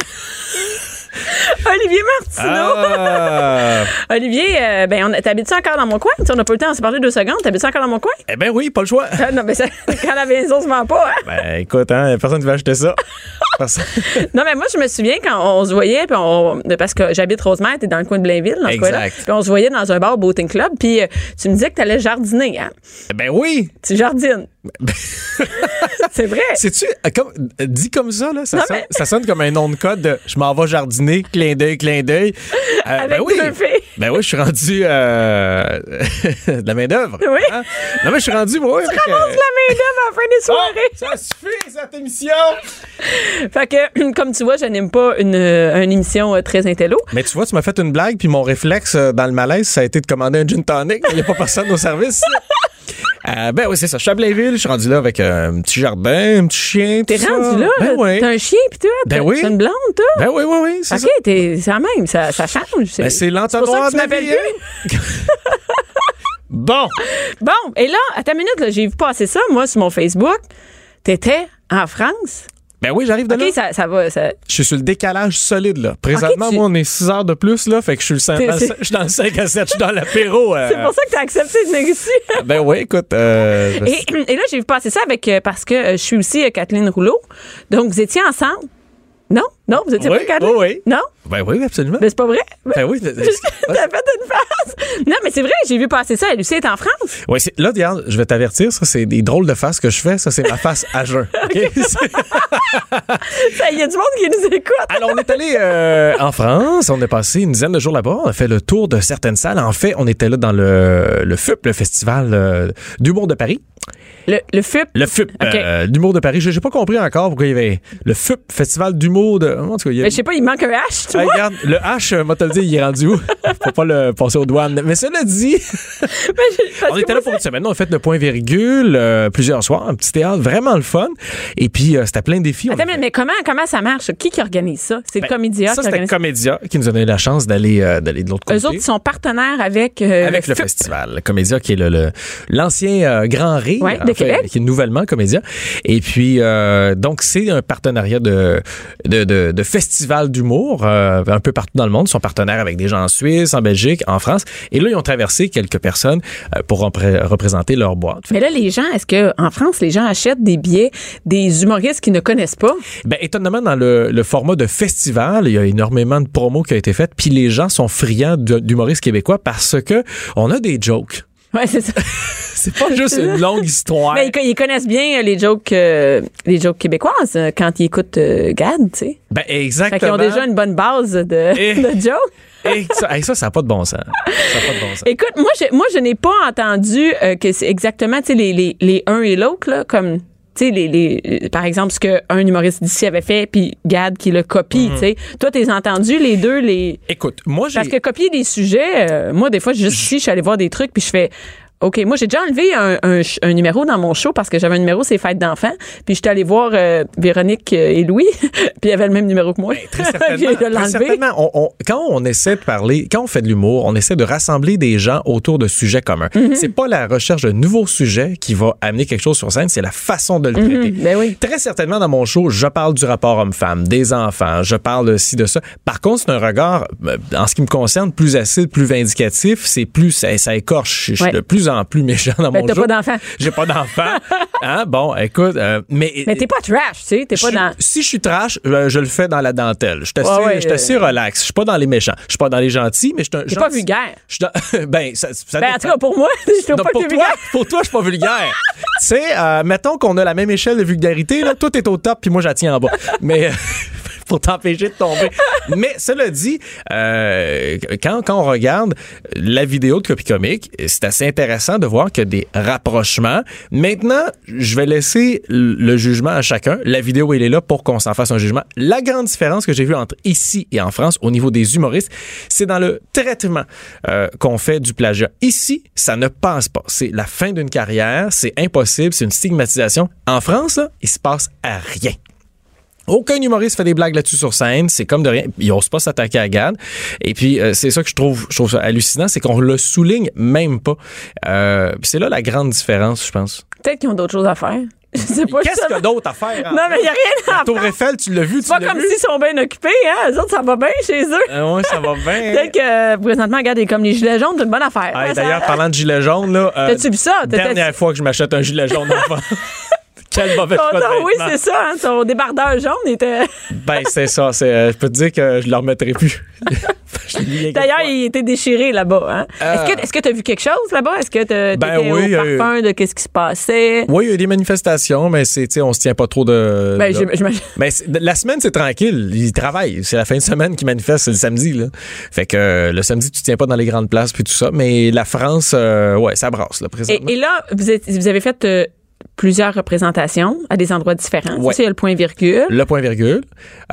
[SPEAKER 3] Olivier Martineau.
[SPEAKER 7] Ah!
[SPEAKER 3] Olivier, euh, ben, on- t'habites-tu encore dans mon coin? Tu sais, on n'a pas eu le temps de se parler deux secondes. T'habites-tu encore dans mon coin?
[SPEAKER 7] eh ben oui, pas le choix.
[SPEAKER 3] Ah, non, mais ça, quand la maison se vend pas, hein?
[SPEAKER 7] Ben écoute, hein, personne ne va acheter ça. Personne-
[SPEAKER 3] Non, mais moi, je me souviens quand on se voyait, puis on, de- parce que j'habite Rosemère, t'es dans le coin de Blainville, dans ce
[SPEAKER 7] Exact.
[SPEAKER 3] coin-là. Puis on se voyait dans un bar au Boating Club, puis euh, tu me disais que t'allais jardiner, hein?
[SPEAKER 7] ben oui!
[SPEAKER 3] Tu jardines. c'est vrai.
[SPEAKER 7] Sais-tu, euh, comme, euh, dit comme ça, là, ça,
[SPEAKER 3] Non,
[SPEAKER 7] sonne,
[SPEAKER 3] mais-
[SPEAKER 7] ça sonne comme un nom de code de je m'en vais jardiner, clin d'œil, clin d'œil. Euh,
[SPEAKER 3] Avec
[SPEAKER 7] ben oui.
[SPEAKER 3] deux filles.
[SPEAKER 7] Ben oui, je suis rendu euh, de la main-d'œuvre.
[SPEAKER 3] Oui.
[SPEAKER 7] ben, hein. Non, mais je suis rendu. Oui,
[SPEAKER 3] Tu ramasses la main d'œuvre à la fin des soirées.
[SPEAKER 7] Ah, ça suffit, cette émission!
[SPEAKER 3] Fait que, comme tu vois, je n'aime pas une, euh, une émission euh, très intello.
[SPEAKER 7] Mais tu vois, tu m'as fait une blague, puis mon réflexe euh, dans le malaise, ça a été de commander un gin tonic. Il n'y a pas personne au service. Euh, ben oui, c'est ça. Je suis à Blainville, je suis rendu là avec euh, un petit jardin, un petit chien.
[SPEAKER 3] T'es
[SPEAKER 7] tout ça.
[SPEAKER 3] rendu là,
[SPEAKER 7] Ben oui.
[SPEAKER 3] t'as un chien, puis toi,
[SPEAKER 7] Ben
[SPEAKER 3] t'as
[SPEAKER 7] oui.
[SPEAKER 3] t'as une blonde, toi.
[SPEAKER 7] Ben oui, oui, oui, c'est
[SPEAKER 3] OK,
[SPEAKER 7] ça.
[SPEAKER 3] t'es- c'est la même, ça, ça change.
[SPEAKER 7] Ben, c'est
[SPEAKER 3] pour ça
[SPEAKER 7] l'entonnoir
[SPEAKER 3] que
[SPEAKER 7] de
[SPEAKER 3] tu
[SPEAKER 7] la
[SPEAKER 3] m'appelles
[SPEAKER 7] vie. hein? bon,
[SPEAKER 3] Bon, et là, à ta minute, là, j'ai vu passer ça, moi, sur mon Facebook. T'étais en France.
[SPEAKER 7] ben oui, j'arrive de
[SPEAKER 3] OK,
[SPEAKER 7] là.
[SPEAKER 3] ça, ça va. Ça...
[SPEAKER 7] Je suis sur le décalage solide, là. Présentement,
[SPEAKER 3] Ok, tu-
[SPEAKER 7] moi, on est 6 heures de plus, là. Fait que je suis, le cin-
[SPEAKER 3] T'es-
[SPEAKER 7] dans, le...
[SPEAKER 3] c'est-
[SPEAKER 7] cin- je suis dans le 5 à 7, je suis dans l'apéro. euh.
[SPEAKER 3] C'est pour ça que t'as accepté de négocier.
[SPEAKER 7] Ben oui, écoute. euh, je-
[SPEAKER 3] Et, et là, j'ai vu passer ça avec euh, parce que euh, je suis aussi euh, Kathleen Rouleau. Donc, vous étiez ensemble. Non? Non? Vous étiez
[SPEAKER 7] Oui,
[SPEAKER 3] pas Kathleen?
[SPEAKER 7] oui, oui.
[SPEAKER 3] Non?
[SPEAKER 7] Ben oui, absolument.
[SPEAKER 3] Mais c'est pas vrai?
[SPEAKER 7] Ben oui, c'est- c'est-
[SPEAKER 3] T'as fait une face. Non, mais c'est vrai, j'ai vu passer ça. Lucie est en France.
[SPEAKER 7] Ouais, c'est- là, regarde, je vais t'avertir, ça, c'est des drôles de faces que je fais. Ça, c'est ma face à jeun. OK? C'est-
[SPEAKER 3] Ça, Il y a du monde qui nous écoute.
[SPEAKER 7] Alors, on est allé euh, en France, on est passé une dizaine de jours là-bas, on a fait le tour de certaines salles. En fait, on était là dans le, le FUP, le Festival euh, d'humour de Paris.
[SPEAKER 3] Le, le FUP.
[SPEAKER 7] Le FUP,
[SPEAKER 3] Ok.
[SPEAKER 7] euh, d'humour de Paris. J'ai j'ai pas compris encore pourquoi il y avait le FUP, Festival d'humour de... En tout cas, il y a-
[SPEAKER 3] Mais je sais pas, il manque un H, tu
[SPEAKER 7] Hey,
[SPEAKER 3] vois.
[SPEAKER 7] regarde, le H, euh, moi, te le dire, il est rendu où? Faut pas le passer aux douanes. Mais cela dit,
[SPEAKER 3] Mais je- parce
[SPEAKER 7] on
[SPEAKER 3] que
[SPEAKER 7] était là
[SPEAKER 3] moi,
[SPEAKER 7] pour une semaine. On a fait le point virgule euh, plusieurs soirs, un petit théâtre, vraiment le fun. Et puis, euh, c'était plein de défis. On a
[SPEAKER 3] Attends, mais, mais comment, comment ça marche? Qui qui organise ça? C'est le
[SPEAKER 7] Ben,
[SPEAKER 3] Comédia
[SPEAKER 7] Ça,
[SPEAKER 3] qui
[SPEAKER 7] c'était
[SPEAKER 3] organise
[SPEAKER 7] Comédia qui nous a donné la chance d'aller euh, d'aller de l'autre côté.
[SPEAKER 3] Eux autres, ils sont partenaires avec, euh,
[SPEAKER 7] avec le
[SPEAKER 3] FUP.
[SPEAKER 7] festival. Comédia, qui est le- le- l'ancien euh, Grand Rire,
[SPEAKER 3] Ouais, de
[SPEAKER 7] en fait,
[SPEAKER 3] Québec.
[SPEAKER 7] qui est nouvellement Comédia. Et puis, euh, donc, c'est un partenariat de, de, de, de festival d'humour euh, un peu partout dans le monde. Ils sont partenaires avec des gens en Suisse, en Belgique, en France. Et là, ils ont traversé quelques personnes euh, pour repré- représenter leur boîte.
[SPEAKER 3] Mais là, les gens, est-ce que en France, les gens achètent des billets des humoristes qu'ils ne connaissent pas?
[SPEAKER 7] Ben, étonnamment, dans le, le format de festival, il y a énormément de promos qui ont été faites, puis les gens sont friands de- d'humoristes québécois parce que on a des jokes.
[SPEAKER 3] Ouais, c'est Ben, ça.
[SPEAKER 7] C'est pas juste une longue histoire.
[SPEAKER 3] Mais ils, co- ils connaissent bien euh, les jokes, euh, les jokes québécoises euh, quand ils écoutent euh, Gad, tu sais.
[SPEAKER 7] Ben,
[SPEAKER 3] Fait
[SPEAKER 7] exactement.
[SPEAKER 3] qu'ils ont déjà une bonne base de,
[SPEAKER 7] Et-
[SPEAKER 3] de jokes.
[SPEAKER 7] Et ça, hey, ça, ça n'a pas de bon sens. Ça a pas de bon sens.
[SPEAKER 3] Écoute, moi, je, moi, je n'ai pas entendu euh, que c'est exactement, tu sais, les, les, les uns et l'autre, là, comme, tu sais, les, les, euh, par exemple, ce qu'un humoriste d'ici avait fait, puis Gad qui le copie, tu sais. Toi, t'es entendu les deux, les...
[SPEAKER 7] Écoute, moi, Mhm. j'ai.
[SPEAKER 3] Parce que copier des sujets, euh, moi, des fois, je suis juste ici, je suis allée voir des trucs, puis je fais. OK, moi, j'ai déjà enlevé un, un ch- un numéro dans mon show parce que j'avais un numéro, c'est Fête d'enfants. Puis j'étais allée voir euh, Véronique euh, et Louis, puis ils avaient le même numéro que moi.
[SPEAKER 7] Ben, Très
[SPEAKER 3] J'ai
[SPEAKER 7] certainement,
[SPEAKER 3] dû
[SPEAKER 7] très
[SPEAKER 3] l'enlever.
[SPEAKER 7] certainement. On- on- quand on essaie de parler, quand on fait de l'humour, on essaie de rassembler des gens autour de sujets communs.
[SPEAKER 3] Mhm.
[SPEAKER 7] C'est pas la recherche de nouveaux sujets qui va amener quelque chose sur scène, c'est la façon de le traiter.
[SPEAKER 3] ben oui.
[SPEAKER 7] Très certainement, dans mon show, je parle du rapport homme-femme, des enfants, je parle de ci, de ça. Par contre, c'est un regard, euh, en ce qui me concerne, plus acide, plus vindicatif, c'est plus, ça, ça écorche. Je suis
[SPEAKER 3] Ouais.
[SPEAKER 7] de plus en plus méchant dans
[SPEAKER 3] Ben,
[SPEAKER 7] mon
[SPEAKER 3] t'as
[SPEAKER 7] show.
[SPEAKER 3] pas d'enfant.
[SPEAKER 7] J'ai pas d'enfant. hein? Bon, écoute, euh, mais.
[SPEAKER 3] Mais t'es pas trash, tu sais. T'es pas
[SPEAKER 7] Je-
[SPEAKER 3] dans.
[SPEAKER 7] Si je suis trash, euh, je le fais dans la dentelle. Je suis assez,
[SPEAKER 3] Ouais, ouais,
[SPEAKER 7] je suis assez relax. Je suis pas dans les méchants. Je suis pas dans les gentils, mais je suis un.
[SPEAKER 3] T'es pas
[SPEAKER 7] gentil-
[SPEAKER 3] vulgaire.
[SPEAKER 7] Je suis dans- ben, ça, ça
[SPEAKER 3] Ben, en
[SPEAKER 7] dépend.
[SPEAKER 3] tout cas, pour moi, je trouve
[SPEAKER 7] Non,
[SPEAKER 3] pas que
[SPEAKER 7] pour,
[SPEAKER 3] t'es
[SPEAKER 7] toi,
[SPEAKER 3] vulgaire.
[SPEAKER 7] pour toi, je suis pas vulgaire. tu sais, euh, mettons qu'on a la même échelle de vulgarité. Là, toi, t'es au top, puis moi, j'attends en bas. Mais euh, pour t'empêcher de tomber. Mais cela dit, euh, quand, quand on regarde la vidéo de Copy Comic, c'est assez intéressant de voir qu'il y a des rapprochements. Maintenant, je vais laisser le le jugement à chacun. La vidéo, elle est là pour qu'on s'en fasse un jugement. La grande différence que j'ai vue entre ici et en France au niveau des humoristes, c'est dans le traitement euh, qu'on fait du plagiat. Ici, ça ne passe pas. C'est la fin d'une carrière, c'est impossible, c'est une stigmatisation. En France, là, il se passe à rien. Aucun humoriste fait des blagues là-dessus sur scène, c'est comme de rien. Ils osent pas s'attaquer à Gad. Et puis euh, c'est ça que je trouve, je trouve ça hallucinant, c'est qu'on le souligne même pas. Euh, puis c'est là la grande différence, je pense.
[SPEAKER 3] Peut-être qu'ils ont d'autres choses à faire. Je sais pas.
[SPEAKER 7] Qu'est-ce
[SPEAKER 3] je sais
[SPEAKER 7] qu'il y
[SPEAKER 3] pas.
[SPEAKER 7] a d'autres à faire? en
[SPEAKER 3] Non, mais il n'y a rien
[SPEAKER 7] La
[SPEAKER 3] à faire.
[SPEAKER 7] Tour Eiffel, tu l'as vu, tu
[SPEAKER 3] C'est pas
[SPEAKER 7] l'as
[SPEAKER 3] comme
[SPEAKER 7] vu.
[SPEAKER 3] s'ils sont bien occupés, hein? Eux autres, ça va bien chez eux.
[SPEAKER 7] Ah ouais, ça va bien.
[SPEAKER 3] Peut-être que euh, présentement, regarde, il est comme les gilets jaunes, c'est une bonne affaire.
[SPEAKER 7] Ah, et
[SPEAKER 3] Hein, ça-
[SPEAKER 7] D'ailleurs, parlant de gilet jaune, là, euh,
[SPEAKER 3] T'as-tu vu ça? T'as-
[SPEAKER 7] dernière
[SPEAKER 3] t'as-
[SPEAKER 7] fois que je m'achète un gilet jaune d'enfant. Quel mauvais
[SPEAKER 3] Ton-
[SPEAKER 7] choix de
[SPEAKER 3] ton- oui,
[SPEAKER 7] vêtement.
[SPEAKER 3] c'est ça, hein, ton débardeur jaune était.
[SPEAKER 7] Ben, c'est ça. c'est, euh, je peux te dire que je le remettrai plus. Je l'ai lié quelque
[SPEAKER 3] D'ailleurs,
[SPEAKER 7] part.
[SPEAKER 3] il était déchiré là-bas. Hein? Est-ce que est-ce que t'as vu quelque chose là-bas? Est-ce que t'as-
[SPEAKER 7] Euh. Ben
[SPEAKER 3] t'étais
[SPEAKER 7] oui,
[SPEAKER 3] au
[SPEAKER 7] euh,
[SPEAKER 3] parfum de qu'est-ce qui se passait?
[SPEAKER 7] Oui, il y a eu des manifestations, mais c'est, tu sais, on se tient pas trop de.
[SPEAKER 3] Ben,
[SPEAKER 7] de-
[SPEAKER 3] j'im- j'imagine-
[SPEAKER 7] Mais c'est- la semaine, c'est tranquille. Ils travaillent. C'est la fin de semaine qu'ils manifestent, c'est le samedi. Là. Fait que euh, le samedi, tu te tiens pas dans les grandes places puis tout ça. Mais la France, euh, ouais, ça brasse là, présentement.
[SPEAKER 3] Et, et là, vous, êtes- vous avez fait euh, plusieurs représentations à des endroits différents.
[SPEAKER 7] Ouais.
[SPEAKER 3] Ça, il y a le point virgule.
[SPEAKER 7] Le point virgule.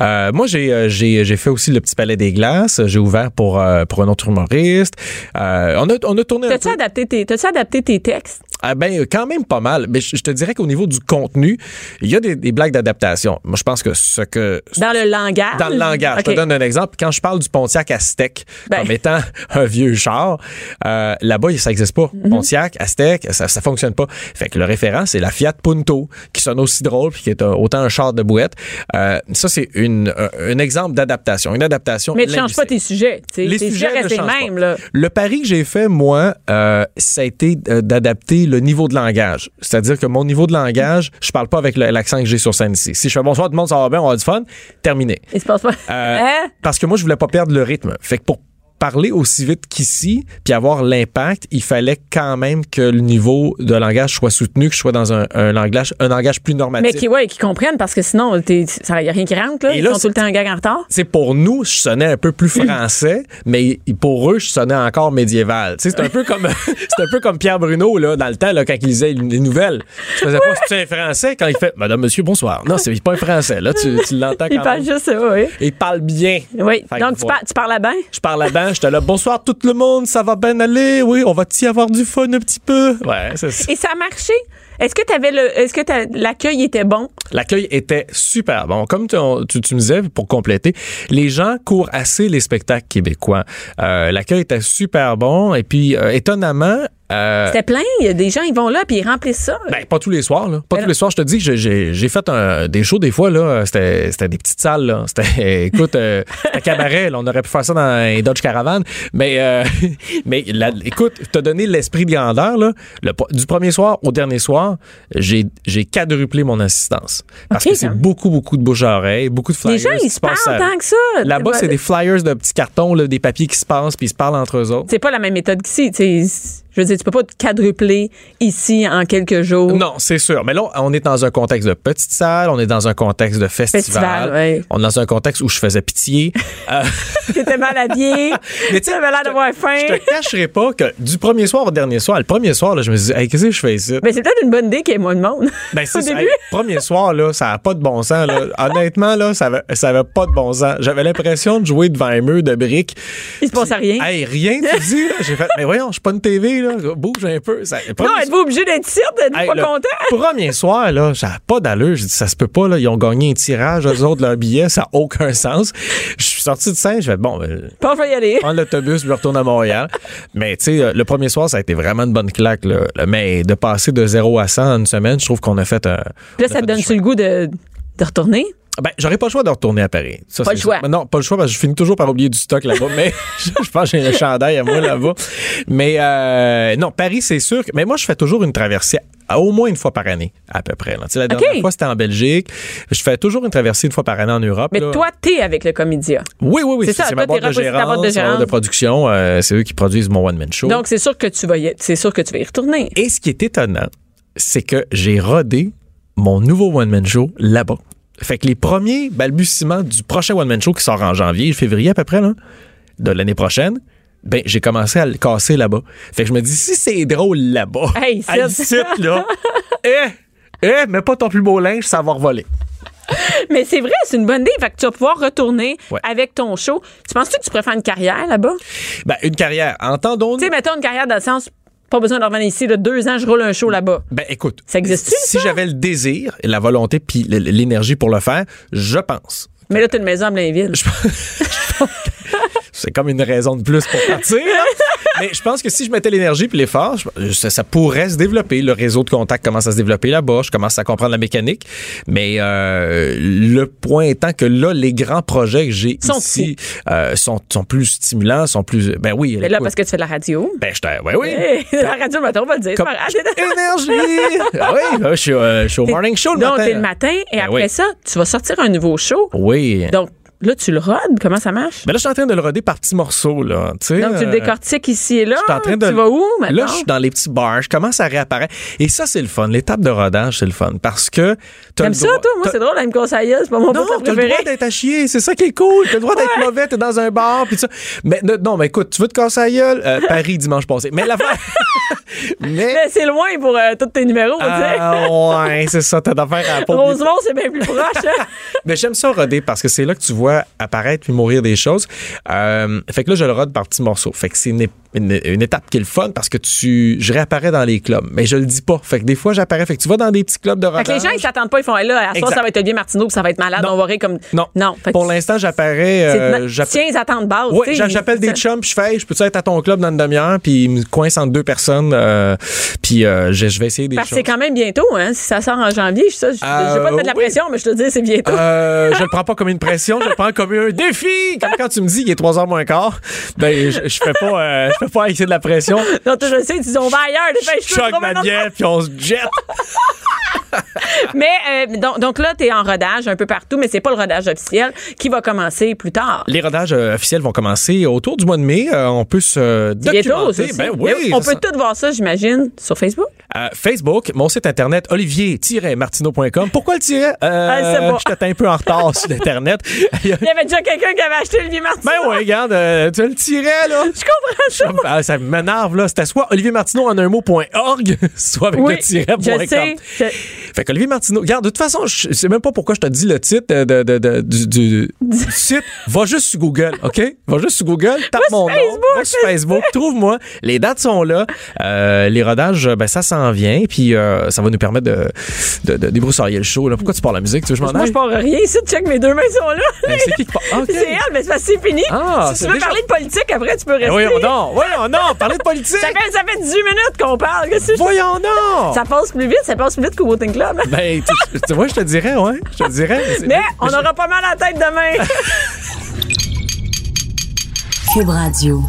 [SPEAKER 7] Euh, moi, j'ai, euh, j'ai, j'ai fait aussi le petit palais des glaces. J'ai ouvert pour, euh, pour un autre humoriste. Euh, on, a, on a tourné un
[SPEAKER 3] T'as-tu
[SPEAKER 7] peu.
[SPEAKER 3] adapté, tes- t'as-tu adapté tes textes?
[SPEAKER 7] Ah ben, quand même pas mal. Mais je, je te dirais qu'au niveau du contenu, il y a des, des blagues d'adaptation. Moi, je pense que ce que
[SPEAKER 3] Dans le langage?
[SPEAKER 7] dans le langage. Je
[SPEAKER 3] Ok.
[SPEAKER 7] te donne un exemple. Quand je parle du Pontiac Aztec
[SPEAKER 3] Ben.
[SPEAKER 7] comme étant un vieux char, euh, là-bas, ça n'existe pas.
[SPEAKER 3] Mhm.
[SPEAKER 7] Pontiac, Aztec, ça ne fonctionne pas. Fait que le référent, c'est la Fiat Punto, qui sonne aussi drôle puis qui est un- autant un char de bouette. Euh, ça, c'est une, un, un exemple d'adaptation. Une adaptation
[SPEAKER 3] Mais tu changes pas
[SPEAKER 7] linguistique.
[SPEAKER 3] tes sujets. tu sais.
[SPEAKER 7] Les
[SPEAKER 3] tes
[SPEAKER 7] sujets ne
[SPEAKER 3] restent les
[SPEAKER 7] changent pas.
[SPEAKER 3] mêmes. Là.
[SPEAKER 7] Le pari que j'ai fait, moi, euh, ça a été euh, d'adapter le niveau de langage. C'est-à-dire que mon niveau de langage, je parle pas avec le- l'accent que j'ai sur scène ici. Si je fais bonsoir tout le monde, ça va bien, on a du fun, terminé.
[SPEAKER 3] Il se passe pas.
[SPEAKER 7] Euh,
[SPEAKER 3] Hein?
[SPEAKER 7] Parce que moi, je voulais pas perdre le rythme. Fait que pour parler aussi vite qu'ici, puis avoir l'impact, il fallait quand même que le niveau de langage soit soutenu, que je sois dans un, un langage, un langage plus normatif.
[SPEAKER 3] Mais qui, ouais, qui comprennent parce que sinon, il n'y a rien qui rentre. Là.
[SPEAKER 7] Et
[SPEAKER 3] Ils
[SPEAKER 7] là,
[SPEAKER 3] sont tout le temps en gag en retard.
[SPEAKER 7] C'est pour nous, je sonnais un peu plus français, mais pour eux, je sonnais encore médiéval. Tu sais, c'est un peu comme c'est un peu comme Pierre Bruno là dans le temps là, quand il lisait les nouvelles. Je faisais pas c'est un français quand il fait Madame Monsieur bonsoir. Non, c'est pas un français là, tu, tu l'entends
[SPEAKER 3] Ils
[SPEAKER 7] quand
[SPEAKER 3] parlent
[SPEAKER 7] même.
[SPEAKER 3] juste ça, oui.
[SPEAKER 7] Il parle bien.
[SPEAKER 3] Oui.
[SPEAKER 7] Fait que
[SPEAKER 3] Donc, tu,
[SPEAKER 7] voilà.
[SPEAKER 3] par- tu parles à bain.
[SPEAKER 7] Je parle là-dedans, j'étais là, bonsoir tout le monde, ça va bien aller, oui, on va y avoir du fun un petit peu. Ouais, c'est ça.
[SPEAKER 3] Et ça a marché? Est-ce que t'avais le, est-ce que t'as- l'accueil était bon?
[SPEAKER 7] L'accueil était super bon. Comme tu, on- tu- tu me disais, pour compléter, les gens courent assez les spectacles québécois. Euh, L'accueil était super bon, et puis euh, étonnamment, euh,
[SPEAKER 3] C'était plein. Il y a des gens, ils vont là puis ils remplissent ça.
[SPEAKER 7] Ben, pas tous les soirs, là. Pas
[SPEAKER 3] Ben
[SPEAKER 7] tous
[SPEAKER 3] non.
[SPEAKER 7] les soirs. Je te dis que j'ai- j'ai j'ai fait un- des shows des fois, là. C'était c'était des petites salles, là. C'était, écoute, euh, c'était un cabaret, là. On aurait pu faire ça dans un Dodge Caravan. Mais, euh, mais la- écoute, t'as donné l'esprit de grandeur, là. Le po- du premier soir au dernier soir, j'ai j'ai quadruplé mon assistance. Parce
[SPEAKER 3] Ok,
[SPEAKER 7] que c'est
[SPEAKER 3] quand même.
[SPEAKER 7] beaucoup, beaucoup de bouche à oreille, beaucoup de flyers.
[SPEAKER 3] les gens,
[SPEAKER 7] ben, qui
[SPEAKER 3] ils se parlent
[SPEAKER 7] passent à-
[SPEAKER 3] tant que ça.
[SPEAKER 7] Là-bas,
[SPEAKER 3] Bah,
[SPEAKER 7] c'est des flyers de petits cartons, là, des papiers qui se passent, puis ils se parlent entre eux autres.
[SPEAKER 3] C'est pas la même méthode qu'ici. tu sais. Je veux dire, tu peux pas te quadrupler ici en quelques jours.
[SPEAKER 7] Non, c'est sûr. Mais là, on est dans un contexte de petite salle, on est dans un contexte de festival.
[SPEAKER 3] Festival, ouais.
[SPEAKER 7] On est dans un contexte où je faisais pitié. Euh,
[SPEAKER 3] T'étais mal habillé.
[SPEAKER 7] Mais tu sais,
[SPEAKER 3] T'avais l'air
[SPEAKER 7] je te-
[SPEAKER 3] d'avoir faim.
[SPEAKER 7] je te cacherai pas que du premier soir au dernier soir, le premier soir, là, je me suis dit, hey, qu'est-ce que je fais ici?
[SPEAKER 3] Mais c'est peut-être une bonne idée qu'il y ait moins de monde.
[SPEAKER 7] Ben,
[SPEAKER 3] Au
[SPEAKER 7] c'est ça.
[SPEAKER 3] début.
[SPEAKER 7] Hey, premier soir, là, ça n'a pas de bon sens. là. Honnêtement, là, ça n'avait ça avait pas de bon sens. J'avais l'impression de jouer devant un mur de briques.
[SPEAKER 3] Il se passe à rien.
[SPEAKER 7] Hey, rien, tu dis? là? J'ai fait, mais voyons, je suis pas une TV, là. bouge un peu. Ça-
[SPEAKER 3] non,
[SPEAKER 7] premier
[SPEAKER 3] êtes-vous obligé d'être ici? T'es
[SPEAKER 7] Hey,
[SPEAKER 3] pas
[SPEAKER 7] le
[SPEAKER 3] content?
[SPEAKER 7] Premier soir, là, ça n'a pas d'allure. J'ai dit, ça se peut pas, là. Ils ont gagné un tirage, eux autres, leur billet, ça n'a aucun sens. Je suis sorti de scène, je vais bon, ben,
[SPEAKER 3] Bon, je vais y aller.
[SPEAKER 7] prendre l'autobus, je retourne à Montréal. Mais, tu sais, euh, le premier soir, ça a été vraiment une bonne claque, là. Mais de passer de 0 à 100 en une semaine, je trouve qu'on a fait un.
[SPEAKER 3] Puis là,
[SPEAKER 7] on
[SPEAKER 3] ça
[SPEAKER 7] a
[SPEAKER 3] te
[SPEAKER 7] fait
[SPEAKER 3] donne
[SPEAKER 7] du
[SPEAKER 3] sur le goût de, de retourner?
[SPEAKER 7] ben, j'aurais pas le choix de retourner à Paris. Ça,
[SPEAKER 3] Pas
[SPEAKER 7] c'est
[SPEAKER 3] le choix.
[SPEAKER 7] sûr. Non, pas le choix parce que je finis toujours par oublier du stock là-bas, mais je je pense que j'ai un chandail à moi là-bas. Mais euh, non, Paris, c'est sûr. que- mais moi, je fais toujours une traversée à- au moins une fois par année, à peu près. là. Tu sais, La dernière fois, c'était en Belgique. Je fais toujours une traversée une fois par année en Europe.
[SPEAKER 3] Mais
[SPEAKER 7] là.
[SPEAKER 3] toi, t'es avec le comédia.
[SPEAKER 7] oui, oui, oui.
[SPEAKER 3] C'est ça,
[SPEAKER 7] ma
[SPEAKER 3] toi, t'es
[SPEAKER 7] boîte de
[SPEAKER 3] repos- ta
[SPEAKER 7] gérance,
[SPEAKER 3] boîte de
[SPEAKER 7] ma boîte
[SPEAKER 3] gérance.
[SPEAKER 7] de production. euh, c'est eux qui produisent mon one-man show.
[SPEAKER 3] Donc, c'est sûr que tu vas y, c'est sûr que tu vas y retourner.
[SPEAKER 7] Et ce qui est étonnant, c'est que j'ai rodé mon nouveau one-man show là-bas. Fait que les premiers balbutiements du prochain One Man Show qui sort en janvier, février à peu près, là, de l'année prochaine, ben, j'ai commencé à le casser là-bas. Fait que je me dis, si c'est drôle là-bas,
[SPEAKER 3] Hey, ici.
[SPEAKER 7] à ici, là, eh, eh, mets pas ton plus beau linge, ça va revoler.
[SPEAKER 3] Mais c'est vrai, c'est une bonne idée. Fait que tu vas pouvoir retourner
[SPEAKER 7] Ouais.
[SPEAKER 3] avec ton show. Tu penses-tu que tu pourrais faire une carrière là-bas?
[SPEAKER 7] Ben, une carrière, entendons-nous.
[SPEAKER 3] Tu sais, mettons une carrière dans le sens, pas besoin de revenir ici, là, deux ans, je roule un show là-bas.
[SPEAKER 7] Ben écoute,
[SPEAKER 3] Ça existe-tu,
[SPEAKER 7] si
[SPEAKER 3] ça?
[SPEAKER 7] j'avais le désir, la volonté puis l- l'énergie pour le faire, je pense.
[SPEAKER 3] Mais là, t'as une maison à Blainville.
[SPEAKER 7] C'est comme une raison de plus pour partir. là. Mais je pense que si je mettais l'énergie puis l'effort, je- ça, ça pourrait se développer. Le réseau de contacts commence à se développer là-bas. Je commence à comprendre la mécanique. Mais euh, le point étant que là, les grands projets que j'ai
[SPEAKER 3] Sont
[SPEAKER 7] ici euh, sont, sont plus stimulants, sont plus... Ben oui.
[SPEAKER 3] Mais là,
[SPEAKER 7] écoute.
[SPEAKER 3] parce que tu fais de la radio.
[SPEAKER 7] Ben, je t'ai- ouais, oui.
[SPEAKER 3] Hey, la radio, mettons, on va le dire. Ah,
[SPEAKER 7] Comme-
[SPEAKER 3] C'est pas grave.
[SPEAKER 7] Énergie! Ah oui, là, je suis, euh, je suis au morning show le
[SPEAKER 3] non,
[SPEAKER 7] matin.
[SPEAKER 3] t'es le matin et
[SPEAKER 7] Ben
[SPEAKER 3] après
[SPEAKER 7] oui.
[SPEAKER 3] ça, tu vas sortir un nouveau show.
[SPEAKER 7] Oui.
[SPEAKER 3] Donc, là, tu le rodes. Comment ça marche?
[SPEAKER 7] Mais là, je suis en train de le roder par petits morceaux, là. Tu sais,
[SPEAKER 3] Donc, tu le
[SPEAKER 7] euh,
[SPEAKER 3] décortiques ici et là.
[SPEAKER 7] Je suis en train de.
[SPEAKER 3] Ah, Tu vas où maintenant?
[SPEAKER 7] Là, je suis dans les petits bars. Je commence à réapparaître. Et ça, c'est le fun. L'étape de rodage, c'est le fun. Parce que. t'as
[SPEAKER 3] T'aimes
[SPEAKER 7] le
[SPEAKER 3] ça,
[SPEAKER 7] droit-
[SPEAKER 3] toi? Moi,
[SPEAKER 7] t'as-
[SPEAKER 3] c'est drôle, la me c'est pas mon
[SPEAKER 7] Non,
[SPEAKER 3] pote
[SPEAKER 7] t'as le
[SPEAKER 3] préféré.
[SPEAKER 7] droit d'être à chier, c'est ça qui est cool. T'as le droit d'être mauvais, t'es dans un bar, pis ça. Mais ne- non, mais écoute, tu veux te casser la gueule? Euh, Paris dimanche passé. Mais la mais.
[SPEAKER 3] Mais c'est loin pour euh, tous tes numéros, tu sais.
[SPEAKER 7] Ah, ouais, c'est ça, t'as d'affaires à la pompe.
[SPEAKER 3] Rosemont, c'est bien plus proche. hein.
[SPEAKER 7] Mais j'aime ça roder parce que c'est là que tu vois apparaître puis mourir des choses. Euh, fait que là, je le rode par petits morceaux. Fait que c'est une, une- une étape qui est le fun parce que tu, je réapparais dans les clubs, mais je le dis pas. Fait que des fois, j'apparais. Fait que tu vas dans des petits clubs de
[SPEAKER 3] Fait
[SPEAKER 7] rodage.
[SPEAKER 3] que les gens, ils s'attendent pas, ils font, Eh là, à soir,
[SPEAKER 7] Exact.
[SPEAKER 3] ça va être Olivier Martineau, puis ça va être malade,
[SPEAKER 7] Non.
[SPEAKER 3] on va rire comme.
[SPEAKER 7] Non.
[SPEAKER 3] Non. Fait que
[SPEAKER 7] Pour
[SPEAKER 3] tu-
[SPEAKER 7] l'instant, j'apparais.
[SPEAKER 3] c'est-
[SPEAKER 7] euh,
[SPEAKER 3] non,
[SPEAKER 7] j'app-
[SPEAKER 3] Tiens, ils attendent base.
[SPEAKER 7] Ouais,
[SPEAKER 3] tu sais,
[SPEAKER 7] j'a- j'appelle
[SPEAKER 3] c'est-
[SPEAKER 7] des chums, puis je fais, Hey, je peux-tu être à ton club dans le demi-heure, puis ils me coincent entre deux personnes, euh, puis euh, je, je vais essayer des
[SPEAKER 3] Parce que
[SPEAKER 7] choses.
[SPEAKER 3] c'est quand même bientôt, hein. Si ça sort en janvier, je, ça, je, je veux
[SPEAKER 7] Euh,
[SPEAKER 3] pas te mettre la
[SPEAKER 7] oui.
[SPEAKER 3] pression, mais je te dis, c'est bientôt.
[SPEAKER 7] Euh, je le prends pas comme une pression, je le prends comme un défi. Comme quand tu me dis il est 3 h moins quart, ben je, je fais pas euh, je fais pas essayer de la pression.
[SPEAKER 3] Non, tu Ben, je sais, tu dis, on va ailleurs,
[SPEAKER 7] Je
[SPEAKER 3] dépêche-toi.
[SPEAKER 7] choque
[SPEAKER 3] trouve un
[SPEAKER 7] ma
[SPEAKER 3] autre-
[SPEAKER 7] bière puis on se jette.
[SPEAKER 3] Mais euh, donc, donc là, t'es en rodage un peu partout, mais c'est pas le rodage officiel qui va commencer plus tard.
[SPEAKER 7] Les rodages euh, officiels vont commencer autour du mois de mai, Euh, on peut se documenter.
[SPEAKER 3] Bientôt, ça aussi.
[SPEAKER 7] ben oui,
[SPEAKER 3] Mais on
[SPEAKER 7] ça
[SPEAKER 3] peut tout voir ça, j'imagine, sur Facebook.
[SPEAKER 7] Euh, Facebook, mon site internet olivier-martineau.com. Pourquoi le tiret
[SPEAKER 3] Ah, c'est bon.
[SPEAKER 7] j'étais un peu en retard sur internet.
[SPEAKER 3] Il y avait déjà quelqu'un qui avait acheté le vieux Martin.
[SPEAKER 7] ben oui, regarde, euh, tu le tirais là.
[SPEAKER 3] Je comprends ça.
[SPEAKER 7] Ah, ça m'énerve, là. C'était soit Olivier Martineau en un mot.org, soit avec
[SPEAKER 3] Oui,
[SPEAKER 7] le tiret point
[SPEAKER 3] je sais.
[SPEAKER 7] com. Fait qu'Olivier Martineau, regarde, de toute façon, je sais même pas pourquoi je te dis le titre euh, de, de- de- du, du- du site. Va juste sur Google, OK? Va juste sur Google, tape
[SPEAKER 3] sur
[SPEAKER 7] mon nom,
[SPEAKER 3] Facebook,
[SPEAKER 7] va sur Facebook, trouve-moi. Les dates sont là. Euh, les rodages, ben, ça s'en vient. Puis euh, ça va nous permettre de, de, de débroussailler le show. Là. Pourquoi tu parles la musique? Tu veux que je m'en
[SPEAKER 3] Moi,
[SPEAKER 7] aille?
[SPEAKER 3] je pars rien ici. Check, mes deux mains sont là.
[SPEAKER 7] Ben, c'est qui qui part? Ah, OK.
[SPEAKER 3] C'est elle, mais c'est parce que c'est fini.
[SPEAKER 7] Ah,
[SPEAKER 3] si
[SPEAKER 7] c'est
[SPEAKER 3] tu veux
[SPEAKER 7] déjà-
[SPEAKER 3] parler de politique, après, tu peux rester.
[SPEAKER 7] Eh, voyons donc, voyons donc, parlez de politique!
[SPEAKER 3] Ça fait, ça fait 18 minutes qu'on parle. Qu'est-ce que je-
[SPEAKER 7] Voyons donc!
[SPEAKER 3] Ça passe plus vite, ça passe plus vite qu'au Voting Club.
[SPEAKER 7] Ben, tu, tu vois, je te dirais, ouais. Je te dirais. c'est-
[SPEAKER 3] Mais on aura pas mal à la tête demain.
[SPEAKER 1] Cube Radio.